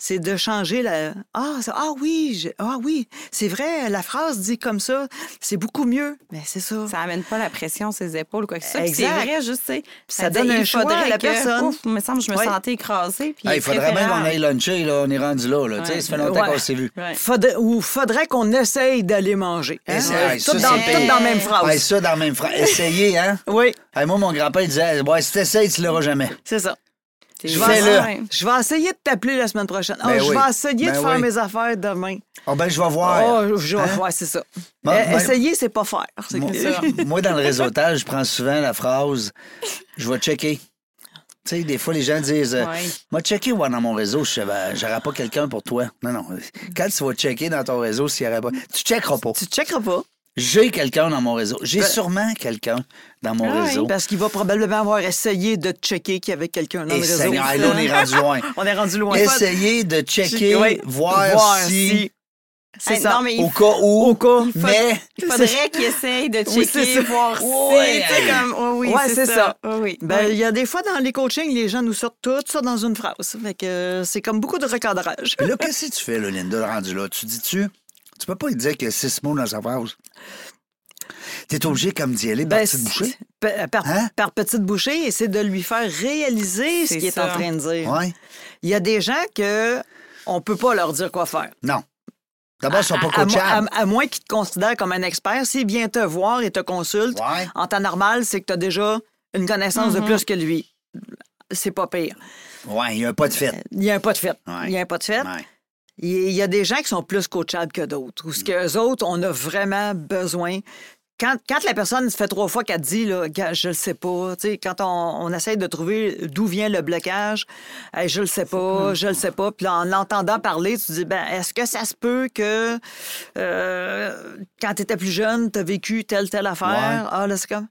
D: C'est de changer la. Ah, ça- ah oui, je- ah oui, c'est vrai, la phrase dit comme ça, c'est beaucoup mieux. Mais c'est ça.
C: Ça amène pas la pression sur ses épaules, quoi que ce soit. Puis C'est
D: Exact.
C: vrai, juste, tu sais,
D: ça
C: disait,
D: donne
C: il
D: un choix
C: faudrait
D: à la
C: que-
D: personne.
C: Ouf, il me semble que je me
D: Ouais.
C: sentais écrasée. Puis
B: Ah, il faudrait bien qu'on
C: préférable.
B: aille luncher, là. On est rendu là, là. Tu sais,
C: Ouais.
B: ça fait longtemps
D: Ouais.
B: qu'on s'est vu.
C: Ouais.
D: Faudrait, ou faudrait qu'on essaye d'aller manger. hein?
B: Essaye,
D: Ouais.
B: ça,
D: tout, dans,
B: c'est
D: tout
B: pire.
D: dans la même phrase.
B: Ouais, ça, dans le même frère. Essayez, hein?
D: Oui,
B: Hey, moi, mon grand-père, il disait, ouais, si t'essayes, tu l'auras jamais.
D: c'est ça.
C: T'es-
D: Je vais,
B: Fais-le.
C: Ouais.
D: je vais essayer de t'appeler la semaine prochaine. Ah,
B: Ben
D: je
B: oui.
D: vais essayer de
B: Ben
D: faire
B: oui.
D: mes affaires demain.
B: Oh, ben, je vais voir.
D: Oh, je vais faire, c'est ça.
B: Ben,
D: Eh,
B: ben-
D: essayer, c'est pas faire. C'est
B: moi,
D: ça.
B: moi, dans le réseautage, je prends souvent la phrase, je vais checker. Tu sais, des fois, les gens disent, euh,
C: Ouais.
B: moi, checker, ouais, dans mon réseau, je savais- j'aurais pas quelqu'un pour toi. Non, non. Quand tu vas checker dans ton réseau, s'il y aurait pas, tu checkeras pas.
D: Tu checkeras pas.
B: J'ai quelqu'un dans mon réseau. J'ai sûrement quelqu'un dans
D: Ah
B: mon
C: Ouais.
B: réseau.
D: Parce qu'il va probablement avoir essayé de te checker qu'il y avait quelqu'un ben, dans
B: Et
D: le réseau.
B: Seigneur, hey, là, on est rendu loin.
D: On est rendu loin.
B: Essayez de checker,
D: Oui.
B: voir, si,
D: C'est
C: Hey,
D: ça.
C: Non, mais il
B: au cas où.
D: Au cas.
B: Mais,
C: Il faudrait qu'il essaye de
D: Oui, c'est
C: checker,
D: ça.
C: voir si,
B: Ouais.
C: tu sais, comme, oh oui,
D: Ouais,
C: c'est
D: c'est
C: ça.
D: ça.
C: Oh oui.
D: Ben, il
C: Ouais.
D: y a des fois dans les coachings, les gens nous sortent tout ça dans une phrase. Fait que euh, c'est comme beaucoup de recadrage.
B: Puis là, qu'est-ce que tu fais, là, Linda, rendu là? Tu dis-tu, tu peux pas lui dire qu'il y a six mots dans sa phrase. T'es obligé, comme d'y aller, par petite
D: Ben, c'est-
B: bouchée.
D: pa- Par,
B: Hein?
D: par petite bouchée, et c'est de lui faire réaliser ce
C: C'est
D: qu'il est
C: ça.
D: en train de dire.
B: Ouais.
D: Il y a des gens que on peut pas leur dire quoi faire.
B: Non. D'abord, ils sont pas
D: À, à mo-
B: coachables.
D: à- à moins qu'ils te considèrent comme un expert, s'il vient te voir et te consulte,
B: Ouais. Mm-hmm.
D: en temps normal, c'est que tu as déjà une connaissance de plus que lui. C'est pas pire.
B: Ouais, il y a un pas de fête.
D: Il y a un pas de fait.
B: Ouais.
D: Il y a un pas de fait.
B: Ouais.
D: Il y- il y a des gens qui sont plus coachables que d'autres. Ou ce que qu'eux autres, on a vraiment besoin. Quand, quand la personne se fait trois fois qu'elle dit, là, Gars, je le sais pas, tu sais, quand on, on essaye de trouver d'où vient le blocage, Hey, je le sais
B: Mm.
D: pas, je le sais pas. Puis là, en l'entendant parler, tu te dis, ben, est-ce que ça se peut que euh, quand tu étais plus jeune, tu as vécu telle, telle affaire?
B: Ouais.
D: Ah, là, c'est comme.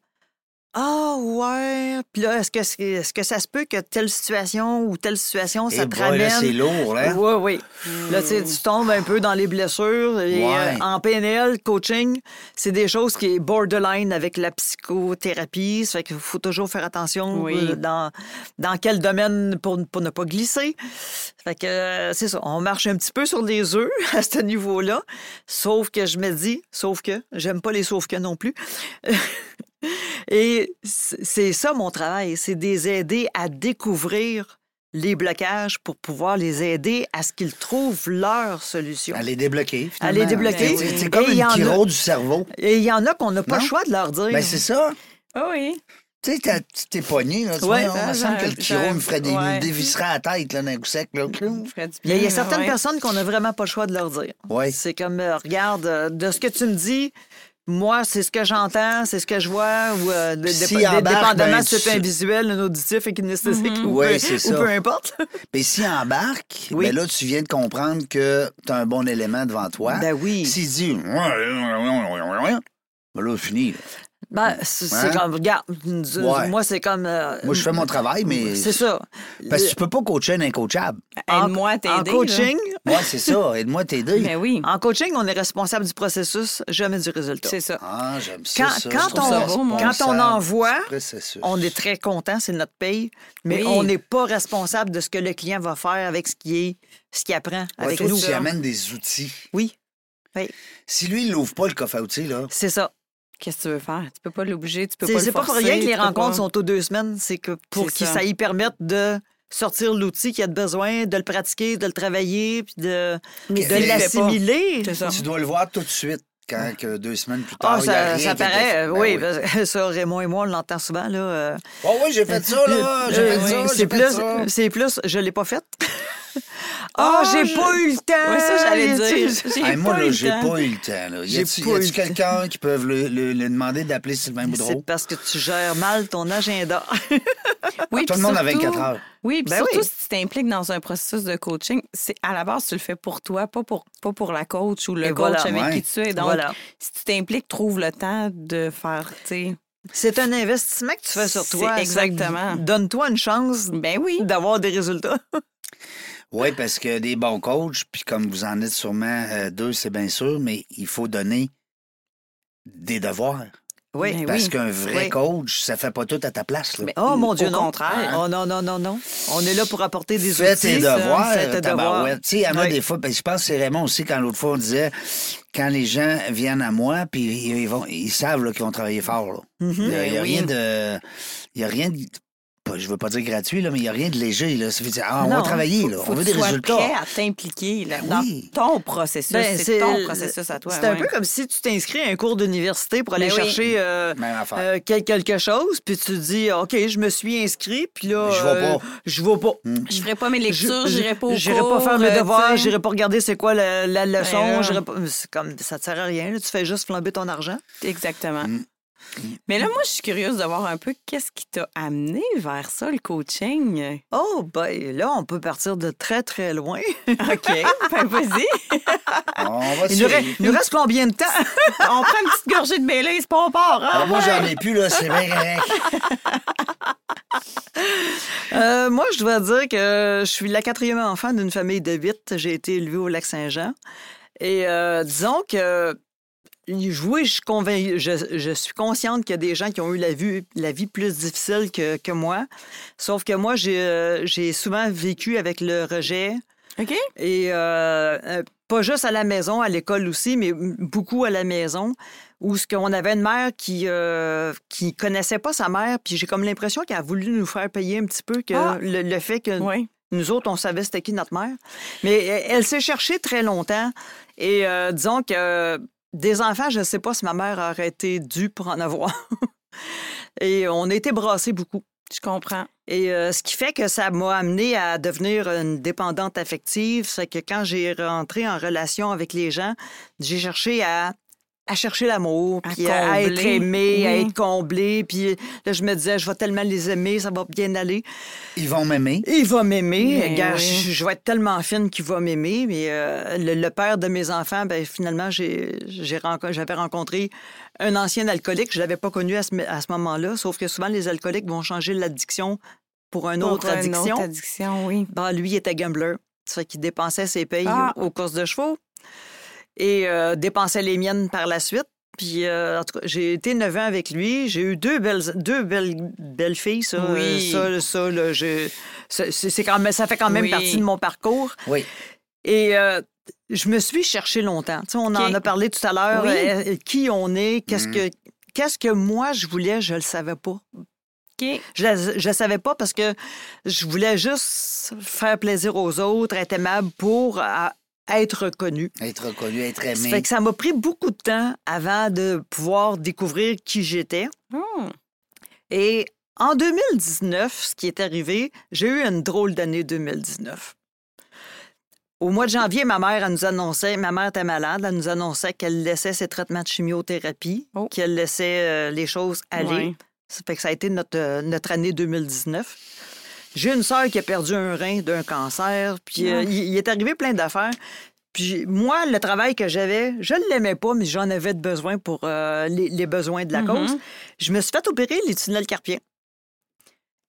D: Ah, ouais. Puis là, est-ce que, c'est- est-ce que ça se peut que telle situation ou telle situation, ça
B: Eh
D: te
B: boy, là,
D: ramène?
B: c'est lourd, hein?
D: Oui, oui. Là, tu sais, tu tombes un peu dans les blessures. Et,
B: Ouais.
D: euh, en PNL, coaching, c'est des choses qui est borderline avec la psychothérapie. Ça fait qu'il faut toujours faire attention
C: Oui.
D: euh, dans, dans quel domaine pour, pour ne pas glisser. Ça fait que euh, c'est ça. On marche un petit peu sur les œufs à ce niveau-là. Sauf que je me dis, sauf que, j'aime pas les sauf que non plus. Et c'est c'est ça mon travail, c'est de les aider à découvrir les blocages pour pouvoir les aider à ce qu'ils trouvent leur solution.
B: À les débloquer. finalement.
D: À les débloquer.
B: C'est- C'est
D: Et
B: comme
D: il y
B: une
D: en a-
B: chiro du cerveau.
D: Et il y en a qu'on n'a pas
B: Non.
D: le choix de leur dire.
B: Ben, c'est ça.
C: Oh oui.
B: Tu sais, t'as- tu t'es pogné, là. Tu
D: Ouais.
B: vois, on me
C: Ah,
B: semble que le
C: j'ai-
B: chiro me ferait des.
C: ouais.
B: me dévisserait à la tête, là, d'un coup sec, là.
D: Mm.
C: Ferait du
D: il y a, il y a
C: bien,
D: certaines
C: ouais.
D: personnes qu'on n'a vraiment pas le choix de leur dire.
B: Ouais.
D: C'est comme, euh, regarde, euh, de ce que tu me dis, moi, c'est ce que j'entends, c'est ce que je vois, ou euh, de-
B: Puis
D: dé-
B: s'il
D: dé-
B: embarque,
D: dépendamment
B: ben,
D: si c'est
B: tu-
D: un visuel, un auditif, et kinesthésique, ou,
B: Oui,
D: peu-
B: c'est
D: ou
B: ça.
D: peu importe.
B: Mais s'il embarque,
D: Oui.
B: ben là, tu viens de comprendre que tu as un bon élément devant toi.
D: Ben oui.
B: S'il dit. Ben là, fini. là.
D: Ben, c'est c'est
B: Hein?
D: comme, regarde, nous-
B: Ouais.
D: moi, c'est comme... euh,
B: Moi, je fais mon travail, mais.
D: C'est ça.
B: Parce que tu peux pas coacher un incoachable.
C: Aide-moi à
D: En-
C: t'aider.
D: En
C: là.
D: coaching,
B: Ouais, c'est ça. Aide-moi à t'aider.
C: Ben oui.
D: en coaching, on est responsable du processus, jamais du résultat.
C: C'est ça.
B: Ah, j'aime ça.
D: Quand,
B: ça.
D: quand
B: Je trouve
D: on,
B: ça
C: beau, moi.
D: quand on
B: responsable.
D: envoie,
B: Processus.
D: on est très content, c'est notre paye, mais
C: Oui.
D: on n'est pas responsable de ce que le client va faire avec ce qui est, ce qu'il apprend
B: Ouais,
D: avec
B: toi,
D: nous.
B: tu y amènes des outils.
D: Oui,
B: Si lui, il n'ouvre pas le coffre à outils, là.
D: c'est ça.
C: Qu'est-ce que tu veux faire? Tu peux pas l'obliger, tu peux
D: C'est
C: pas le
D: c'est pas pour
C: forcer,
D: rien que
C: tu
D: les
C: peux
D: rencontres
C: pas-
D: sont aux deux semaines, c'est que pour
C: C'est
D: que
C: ça.
D: ça y permette de sortir l'outil qu'il y a de besoin, de le pratiquer, de le travailler, puis de,
C: Mais
D: de
C: tu le fais pas.
D: l'assimiler.
C: C'est ça.
B: Tu dois le voir tout de suite. quand que deux semaines plus tard,
D: Ah,
B: il y a
D: ça,
B: rien
D: ça
B: qui était
D: paraît.
B: fait.
D: euh,
B: Ben
D: oui, parce que ça, Raymond et moi, on l'entend souvent. Là, euh,
B: Oh oui, j'ai fait ça, là.
D: euh,
B: J'ai fait
D: oui,
B: ça,
D: c'est
B: j'ai fait
D: plus,
B: ça.
D: C'est plus, je l'ai pas faite. Ah, j'ai
C: je-
D: pas eu le temps.
C: Oui, ça, j'allais
D: tu-
C: dire. J'ai
B: Hey, moi,
C: pas eu
B: là,
C: le
B: j'ai
C: temps.
B: pas eu le temps. Là. Y
D: J'ai
B: a-tu
D: pas
B: y
D: eu
B: a-tu
D: le
B: quelqu'un qui peut le, le- le demander d'appeler Sylvain Boudreau?
D: C'est parce que tu gères mal ton agenda.
C: Oui,
B: Tout
C: puis
B: le monde a
C: surtout-
B: 24 heures.
C: Oui, puis
D: Ben
C: surtout
D: oui.
C: si tu t'impliques dans un processus de coaching, c'est à la base, tu le fais pour toi, pas pour, pas pour la coach ou le
D: Et
C: coach
D: voilà,
C: avec
B: ouais.
C: qui tu es. Donc,
D: Voilà.
C: si tu t'impliques, trouve le temps de faire, tu sais.
D: C'est un investissement que tu fais sur
C: C'est
D: toi. Ça,
C: exactement.
D: Donne-toi une chance
C: Ben oui.
D: d'avoir des résultats.
B: Oui, parce que des bons coachs, puis comme vous en êtes sûrement euh, deux, c'est bien sûr, mais il faut donner des devoirs.
D: Oui.
C: Ben
B: Parce
C: oui.
B: qu'un vrai
C: Oui.
B: coach, ça fait pas tout à ta place. Là.
C: Ben,
D: Oh mon Dieu,
C: Au
D: non.
C: contraire.
D: Oh non, non, non, non. On est là pour apporter des
B: Fais
D: outils.
B: tes
D: ça,
B: devoirs,
D: fais tes devoirs.
B: tabarouette. Tu sais, il y en a
D: Oui.
B: des fois, ben, je pense que c'est Raymond aussi, quand l'autre fois, on disait, quand les gens viennent à moi, puis ils, ils vont, ils savent là, qu'ils vont travailler fort. là.
D: Mm-hmm.
B: Il n'y a,
C: Ben oui.
B: rien de... Il y a rien de... pas- Je veux pas dire gratuit, là, mais il n'y a rien de léger. Là. Ça fait dire, ah, on va
D: Non,
B: travailler, là. on
C: Faut
B: veut
C: que
B: des
C: tu sois prêt
B: résultats.
C: à t'impliquer là,
B: Ben
C: dans
B: oui.
C: ton processus.
D: Ben,
C: c'est ton
D: le-
C: processus à toi.
D: C'est un
C: ouais.
D: peu comme si tu t'inscris à un cours d'université pour aller
C: Ben oui.
D: chercher euh,
B: Même affaire.
D: euh, quel- quelque chose, puis tu dis, OK, je me suis inscrit, puis là...
B: Je vais
D: euh,
B: pas.
D: Je vais pas.
C: Je ferai pas mes lectures,
D: Je-
C: j'irai pas au
D: J'irai
C: cours,
D: pas faire mes
C: euh,
D: devoirs,
C: tu sais.
D: j'irai pas regarder c'est quoi la, la leçon,
C: là.
D: j'irai pas... C'est comme, ça te sert à rien, là, tu fais juste flamber ton argent.
C: Exactement.
B: Mm.
C: Mais là, moi, je suis curieuse de voir un peu qu'est-ce qui t'a amené vers ça, le coaching.
D: Oh, ben là, on peut partir de très, très loin.
C: OK, ben vas-y.
B: On va
D: Euh, Il nous,
B: suivre.
D: reste, il nous reste combien de temps?
C: On prend une petite gorgée de Baileys, puis on part. hein?
B: Alors, moi, j'en ai plus, là, c'est bien correct.
D: Euh, moi, je dois dire que je suis la quatrième enfant d'une famille de huit. J'ai été élevée au lac Saint-Jean. Et euh, disons que oui, je suis, convain- je, je suis consciente qu'il y a des gens qui ont eu la, vue, la vie plus difficile que, que moi. Sauf que moi, j'ai euh, j'ai souvent vécu avec le rejet,
C: OK.
D: et euh, euh, pas juste à la maison, à l'école aussi, mais m- beaucoup à la maison, où ce qu'on avait une mère qui euh, qui connaissait pas sa mère, puis j'ai comme l'impression qu'elle a voulu nous faire payer un petit peu que
C: Ah.
D: le, le fait que
C: Oui.
D: nous autres on savait c'était qui notre mère, mais elle, elle s'est cherchée très longtemps et euh, disons que euh, des enfants, je sais pas si ma mère aurait été due pour en avoir. et on a été brassés beaucoup.
C: Je comprends.
D: Et euh, ce qui fait que ça m'a amené à devenir une dépendante affective, c'est que quand j'ai rentré en relation avec les gens, j'ai cherché à à chercher l'amour,
C: À
D: puis à, à être
C: combler.
D: aimée, à
C: Oui.
D: être comblée, puis euh, là je me disais je vais tellement les aimer, ça va bien aller.
B: Ils vont m'aimer.
D: Il va m'aimer,
C: Mais
D: Regarde,
C: oui.
D: je, je vais être tellement fine qu'il va m'aimer, mais euh, le, le père de mes enfants, ben finalement j'ai j'ai renco- j'avais rencontré un ancien alcoolique, je l'avais pas connu à ce, à ce moment-là, sauf que souvent les alcooliques vont changer l'addiction pour une autre
C: Pour une
D: addiction.
C: autre addiction, oui.
D: Ben, lui, il était gambler. Ça fait qu'il dépensait ses payes
C: Ah.
D: aux aux courses de chevaux et euh, dépensait les miennes par la suite. Puis, euh, en tout cas, j'ai été 9 ans avec lui. J'ai eu deux belles, deux belles, belles filles. Ça,
C: Oui.
D: euh, ça, ça, là, je- ça, c'est c'est quand même, ça fait quand même
C: Oui.
D: partie de mon parcours.
B: Oui.
D: Et euh, je me suis cherché longtemps. Tu sais, on en
C: OK.
D: a parlé tout à l'heure.
C: Oui.
D: euh, qui on est, qu'est-ce que, qu'est-ce que moi je voulais, je le savais pas.
C: OK.
D: Je ne savais pas parce que je voulais juste faire plaisir aux autres, être aimable pour à, être reconnue.
B: Être reconnu, être
D: Ça
B: aimé.
D: fait que ça m'a pris beaucoup de temps avant de pouvoir découvrir qui j'étais.
C: Hmm.
D: Et en 2019, ce qui est arrivé, j'ai eu une drôle d'année 2019. Au mois de janvier, ma mère, elle nous annonçait, ma mère était malade, elle nous annonçait qu'elle laissait ses traitements de chimiothérapie,
C: Oh.
D: qu'elle laissait euh, les choses aller.
C: Ouais.
D: Ça fait que ça a été notre, euh, notre année 2019. J'ai une sœur qui a perdu un rein d'un cancer, puis euh,
C: Ah.
D: il il est arrivé plein d'affaires. Puis moi, le travail que j'avais, je ne l'aimais pas, mais j'en avais de besoin pour euh, les, les besoins de la
C: Mhm.
D: cause. Je me suis fait opérer les tunnels carpiens.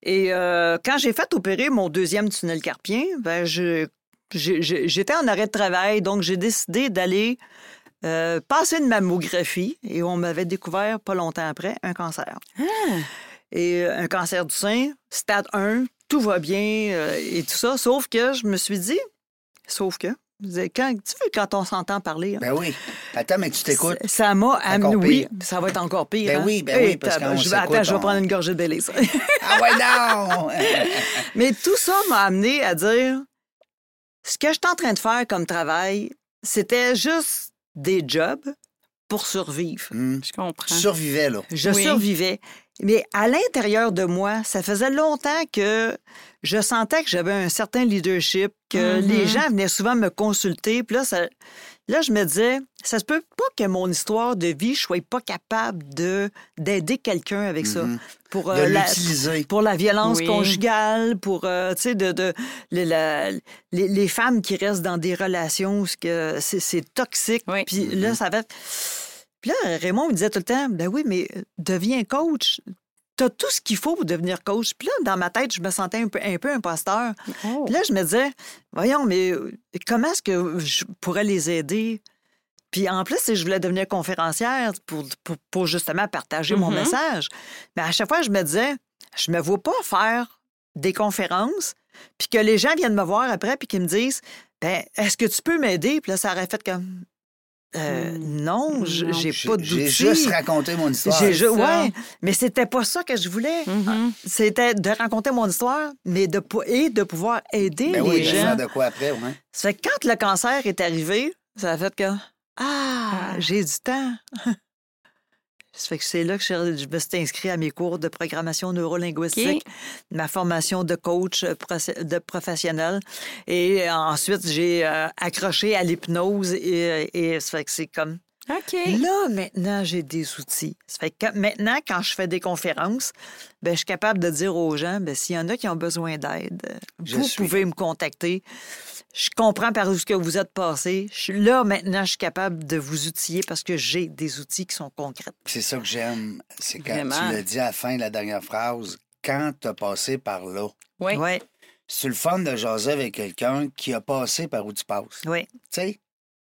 D: Et euh, quand j'ai fait opérer mon deuxième tunnel carpien, ben je- j'ai- j'ai- j'étais en arrêt de travail, donc j'ai décidé d'aller euh, passer une mammographie et on m'avait découvert pas longtemps après un cancer.
C: Ah!
D: Et euh, un cancer du sein, stade 1, tout va bien euh, et tout ça, sauf que je me suis dit, sauf que, je disais, quand, tu sais, quand on s'entend parler, hein,
B: Ben oui. Attends, mais tu t'écoutes.
D: ça- ça m'a amené,
B: Ben, Encore
D: oui,
B: pire.
D: ça va être encore pire.
B: Ben
D: hein.
B: oui, ben oui,
D: Et
B: parce
D: tabarou-
B: qu'on
D: je vais-
B: s'écoute,
D: Attends, je vais
B: on-
D: prendre une gorgée de Baileys.
B: Ah ouais, non!
D: Mais tout ça m'a amené à dire ce que je suis en train de faire comme travail, c'était juste des jobs pour survivre.
C: Je comprends.
B: Tu Hmm. survivais, là.
D: Je
C: Oui.
D: survivais. Mais à l'intérieur de moi, ça faisait longtemps que je sentais que j'avais un certain leadership, que
C: Mhm.
D: les gens venaient souvent me consulter. Puis là, ça- là, je me disais, ça se peut pas que mon histoire de vie, je sois pas capable de d'aider quelqu'un avec
B: Mhm.
D: ça. Pour,
B: De
D: euh, la,
B: l'utiliser.
D: pour la violence
C: Oui.
D: conjugale, pour, euh, tu sais, de, de- le- la- les, les femmes qui restent dans des relations où ce que c'est c'est toxique.
C: Oui.
D: Puis là, ça va... Puis là, Raymond me disait tout le temps, ben oui, mais deviens coach. T'as tout ce qu'il faut pour devenir coach. Puis là, dans ma tête, je me sentais un peu, un peu imposteur.
C: Oh.
D: Puis là, je me disais, voyons, mais euh, comment est-ce que je pourrais les aider? Puis en plus, c'est que je voulais devenir conférencière pour, pour, pour justement partager mon
C: Mhm.
D: message. Mais à chaque fois, je me disais, je me vois pas faire des conférences, puis que les gens viennent me voir après, puis qu'ils me disent, ben, est-ce que tu peux m'aider? Puis là, ça aurait fait comme, Euh,
C: Hmm.
D: non, j-
C: Non.
D: j'ai
B: J'ai-
D: pas
B: J'ai
D: d'outils.
B: juste raconté mon histoire.
D: J'ai ju-
C: ça.
D: ouais, mais c'était pas ça que je voulais.
C: Mhm.
D: C'était de raconter mon histoire, mais de pou- et de pouvoir aider
B: Ben
D: les
B: oui, je
D: gens.
B: sens de quoi après, ouais.
D: Ça fait que quand le cancer est arrivé, ça a fait que Ah,
C: Ah.
D: j'ai du temps. ça fait que c'est là que je, je me suis inscrite à mes cours de programmation neurolinguistique, ma formation de coach euh, proce- de professionnel. Et euh, ensuite, j'ai euh, accroché à l'hypnose et, et ça fait que c'est comme
C: OK.
D: Là, maintenant, j'ai des outils. Ça fait que maintenant, quand je fais des conférences, ben, je suis capable de dire aux gens, ben, s'il y en a qui ont besoin d'aide,
B: Je
D: vous
B: suis.
D: pouvez me contacter. Je comprends par où ce que vous êtes passé. Je suis là, maintenant, je suis capable de vous outiller parce que j'ai des outils qui sont concrets.
B: C'est ça que j'aime. C'est quand
C: Vraiment.
B: tu le dis à la fin de la dernière phrase, quand t'as passé par là.
C: Oui.
D: Ouais,
B: C'est le fun de jaser avec quelqu'un qui a passé par où tu passes.
D: ouais.
B: Tu sais,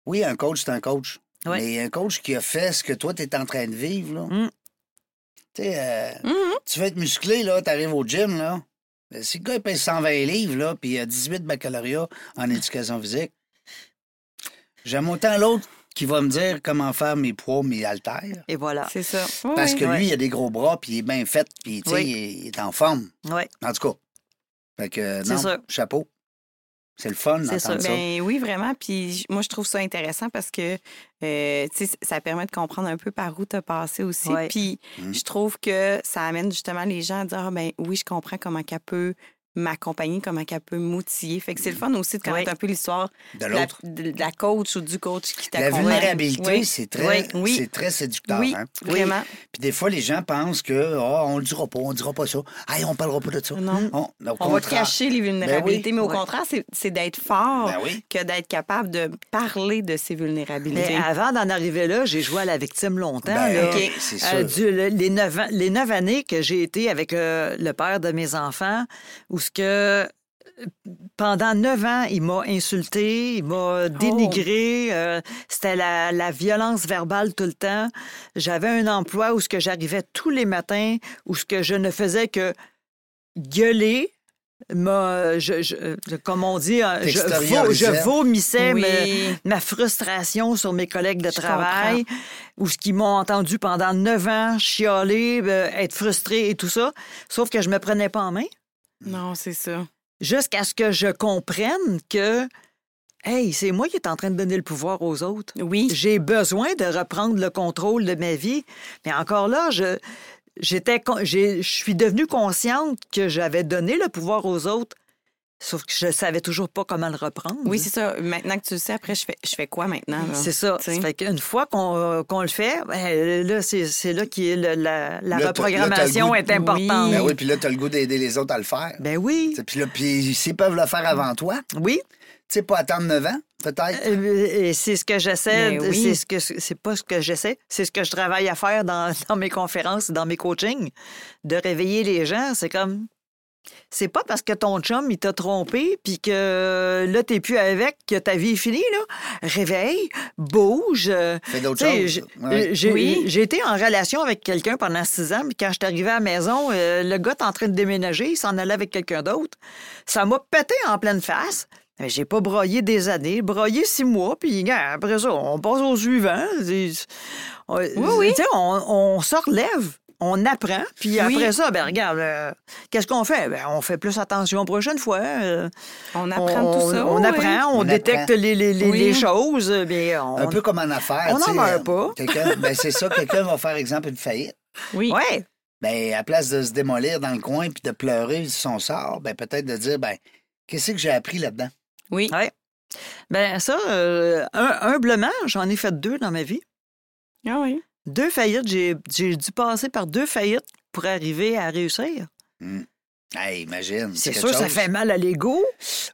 B: oui, un coach, c'est un coach.
D: Ouais.
B: Mais un coach qui a fait ce que toi, tu es en train de vivre, là.
D: Mm.
B: Tu sais, euh,
D: Mmh
C: Mhm.
B: tu veux être musclé, là, tu arrives au gym, là. Ben, Si le gars, il pèse 120 livres, là, puis il a 18 baccalauréats en
D: Ah.
B: éducation physique, j'aime autant l'autre qui va me dire comment faire mes poids, mes haltères.
D: Et voilà.
C: C'est ça. Oui,
B: Parce
C: oui.
B: que
D: Ouais.
B: lui, il a des gros bras, puis il est bien fait, puis tu sais,
D: Oui.
B: il, est- il est en forme.
D: Ouais.
B: En tout cas. Fait que, euh,
D: C'est
B: non,
D: ça.
B: chapeau. C'est le fun
D: C'est
B: d'entendre ça.
D: ça.
C: Ben oui, vraiment. Puis j- moi, je trouve ça intéressant parce que euh, tu sais, ça permet de comprendre un peu par où tu as passé aussi.
D: Ouais.
C: Puis
B: Mhm.
C: je trouve que ça amène justement les gens à dire Ah, ben oui, je comprends comment qu'elle peut m'accompagner, comment qu'elle peut m'outiller. Fait que c'est le fun aussi de connaître
D: Ouais.
C: un peu l'histoire
B: de
C: de la,
B: l'autre.
C: de la coach ou du coach qui
B: La
C: t'accompagne.
B: vulnérabilité,
C: Oui.
B: c'est très,
C: Oui, oui.
B: c'est très séducteur.
C: Oui,
B: hein.
C: vraiment.
B: Puis des fois, les gens pensent que Ah, on le dira pas, on dira pas ça. Hey, on parlera pas de ça.
C: Non.
B: On, au
C: On va
B: contraire.
C: cacher les vulnérabilités, mais au
D: Ouais.
C: contraire, c'est- c'est d'être fort
B: Ben oui.
C: que d'être capable de parler de ces vulnérabilités.
D: Mais avant d'en arriver là, j'ai joué à la victime longtemps.
B: Ben,
D: là.
B: OK. c'est
D: Euh,
B: sûr.
D: du- le- les, neuf, ans- les neuf années que j'ai été avec euh, le père de mes enfants, où ce que euh, pendant neuf ans, il m'a insulté, il
B: Oh.
D: m'a dénigré. euh, C'était la, la violence verbale tout le temps. J'avais un emploi où ce que j'arrivais tous les matins, où ce que je ne faisais que gueuler. m'a- je- je- je- comme on dit, euh, je, vo- je
B: T'extériorisais.
D: vomissais
C: Oui.
D: mais ma frustration sur mes collègues de
C: Je
D: travail ou ce qu'ils m'ont entendu pendant neuf ans chialer, euh, être frustré et tout ça. Sauf que je me prenais pas en main
C: Non, c'est ça.
D: jusqu'à ce que je comprenne que, hey, c'est moi qui est en train de donner le pouvoir aux autres.
C: Oui.
D: J'ai besoin de reprendre le contrôle de ma vie. Mais encore là, je, j'étais, con- j'ai- je suis devenue consciente que j'avais donné le pouvoir aux autres. Sauf que je savais toujours pas comment le reprendre.
C: Oui, c'est ça. Maintenant que tu le sais, après, je fais, je fais quoi maintenant? là?
D: C'est ça.
C: Tu sais.
D: Ça fait qu'une fois qu'on euh, qu'on le fait, ben, là, c'est c'est là qui est le- la, la
B: Là, t'as-
D: reprogrammation
B: là,
D: est
C: t'as le goût-
D: importante.
B: Ben oui, puis là, tu as le goût d'aider les autres à le faire.
D: Ben oui,
B: Puis là, puis s'ils peuvent le faire avant toi, tu
D: oui.
B: sais, pas attendre 9 ans, peut-être.
D: Euh, et c'est ce que j'essaie.
C: Ben
D: de-
C: oui.
D: C'est ce que c'est pas ce que j'essaie. C'est ce que je travaille à faire dans, dans mes conférences, dans mes coachings, de réveiller les gens. C'est comme c'est pas parce que ton chum il t'a trompé puis que euh, là t'es plus avec que ta vie est finie là. Réveille, bouge. euh,
B: Fais d'autres
D: Tu sais,
B: choses.
D: j'ai-
B: Ouais.
D: j'ai euh,
C: Oui.
D: j'ai été en relation avec quelqu'un pendant six ans, puis quand je suis arrivée à la maison, euh, le gars était en train de déménager, il s'en allait avec quelqu'un d'autre. Ça m'a pété en pleine face. Mais J'ai pas broyé des années, broyé six mois, puis gars, après ça, on passe au suivant. C'est- on-
C: Oui, oui.
D: tu sais, On, on se relève. on apprend. Puis
C: Oui.
D: après ça, ben regarde, euh, qu'est-ce qu'on fait? Ben, on fait plus attention la prochaine fois. euh,
C: On apprend
D: on-
C: tout ça.
D: On
C: oui.
D: apprend, on,
B: On
D: détecte
B: apprend.
D: les, les- les-
C: Oui.
D: les choses. euh, bien, on...
B: Un peu comme en affaires.
D: on
B: tu
D: n'en
B: sais,
D: meurt
B: euh,
D: pas.
B: Quelqu'un, ben c'est ça, quelqu'un va faire exemple une faillite.
C: Oui.
D: Ouais.
B: Ben, à place de se démolir dans le coin puis de pleurer son sort, ben peut-être de dire ben qu'est-ce que j'ai appris là-dedans.
C: Oui.
D: Ouais. Ben ça, euh, hum- humblement, j'en ai fait deux dans ma vie.
C: Ah oui.
D: Deux faillites, j'ai j'ai dû passer par deux faillites pour arriver à réussir.
B: Hey, imagine.
D: C'est
B: quelque
D: sûr, ça
B: chose.
D: fait mal à l'ego,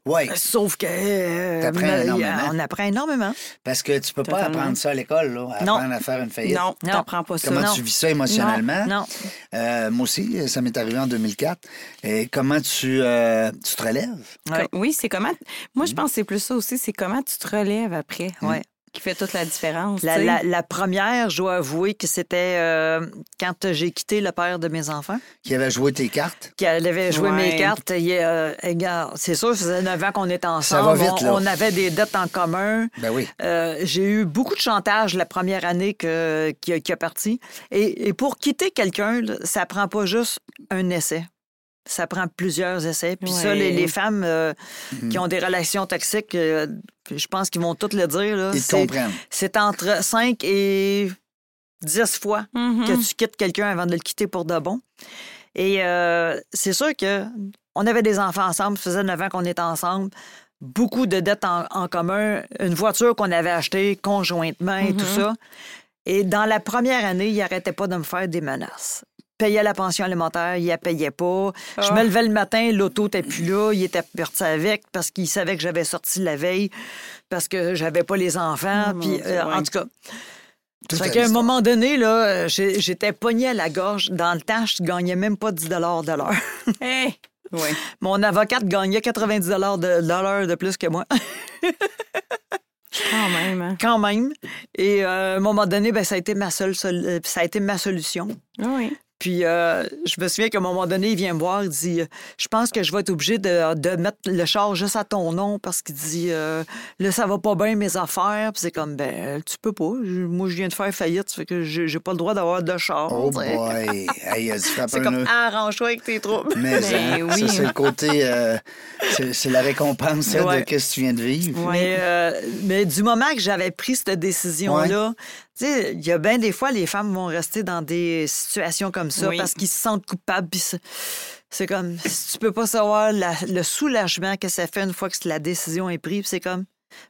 B: Oui,
D: sauf que euh,
B: T'apprends
D: ma-
B: énormément.
D: on apprend énormément.
B: parce que tu peux pas
C: Totalement.
B: apprendre ça à l'école, là,
D: Non.
B: apprendre à faire une faillite.
C: Non,
D: Non.
C: t'apprends pas ça.
B: Comment
D: Non.
B: tu vis ça émotionnellement?
D: Non, non.
B: Euh, moi aussi, ça m'est arrivé en 2004. Et comment tu, euh, tu te relèves?
D: Ouais. Mm.
C: Com- Oui, c'est comment. Moi, je pense que c'est plus ça aussi. C'est comment tu te relèves après.
D: Ouais.
C: Qui fait toute la différence.
D: Mm. La,
C: tu sais.
D: la- la première, je dois avouer que c'était euh, quand j'ai quitté le père de mes enfants,
B: Qui avait joué tes cartes?
D: qu'elle avait joué
C: Ouais.
D: mes cartes. il est, euh, regarde, c'est sûr, ça faisait 9 ans qu'on était ensemble.
B: va vite,
D: on,
B: là.
D: on avait des dettes en commun.
B: Ben oui.
D: Euh, j'ai eu beaucoup de chantage la première année que, qui, a- qui a parti. Et, et pour quitter quelqu'un, là, ça prend pas juste un essai. Ça prend plusieurs essais. Puis ça,
C: Ouais.
D: les, les femmes euh,
B: Mm-hmm.
D: qui ont des relations toxiques, euh, je pense qu'ils vont toutes le dire. là,
B: Ils te
D: c'est-
B: comprennent.
D: C'est entre 5 et 10 fois
C: Mhm.
D: que tu quittes quelqu'un avant de le quitter pour de bon. Et euh, c'est sûr que on avait des enfants ensemble, ça faisait 9 ans qu'on était ensemble, beaucoup de dettes en, en commun, une voiture qu'on avait achetée conjointement et tout
C: Mm-hmm.
D: ça. Et dans la première année, il n'arrêtait pas de me faire des menaces. Payait la pension alimentaire, il la payait pas. Je
C: Ah.
D: me levais le matin, l'auto n'était plus là, il était parti avec parce qu'il savait que j'avais sorti la veille, parce que j'avais pas les enfants.
C: Oh, mon
D: puis,
C: Dieu,
D: euh, En
C: ouais.
D: tout cas,
B: Tout
D: fait
B: à
D: qu'à un
B: l'histoire.
D: moment donné, là, euh, j'ai- j'étais pognée à la gorge. Dans le temps, je gagnais même pas 10 de l'heure.
C: Hey! Oui.
D: Mon avocate gagnait 90 de l'heure de plus que moi,
C: Quand même. hein.
D: quand même. Et euh, à un moment donné, ben, ça, a été ma seule sol- euh, ça a été ma solution.
C: Ah Oui.
D: Puis euh, je me souviens qu'à un moment donné, il vient me voir, il dit euh, Je pense que je vais être obligé de, de mettre le char juste à ton nom parce qu'il dit euh, Là, ça va pas bien mes affaires. Puis c'est comme Ben, tu peux pas. Je- Moi, je viens de faire faillite, ça fait que j'ai j'ai pas le droit d'avoir de char.
B: Oh
D: tu sais.
B: boy! hey, il a dû frapper
D: C'est
B: un
D: comme Ah,
B: nœud.
D: arrange-toi avec tes troubles.
B: Mais
C: Ben
B: hein, ça,
C: oui.
B: c'est le côté... euh, c'est c'est la récompense ça,
D: Ouais.
B: de qu'est-ce que tu viens de vivre.
D: Mais, euh, mais du moment que j'avais pris cette décision-là, tu sais, il y a bien des fois, les femmes vont rester dans des situations comme ça
C: Oui.
D: parce qu'ils se sentent coupables. puis c'est- c'est comme, si tu peux pas savoir la- le soulagement que ça fait une fois que la décision est prise, puis c'est comme,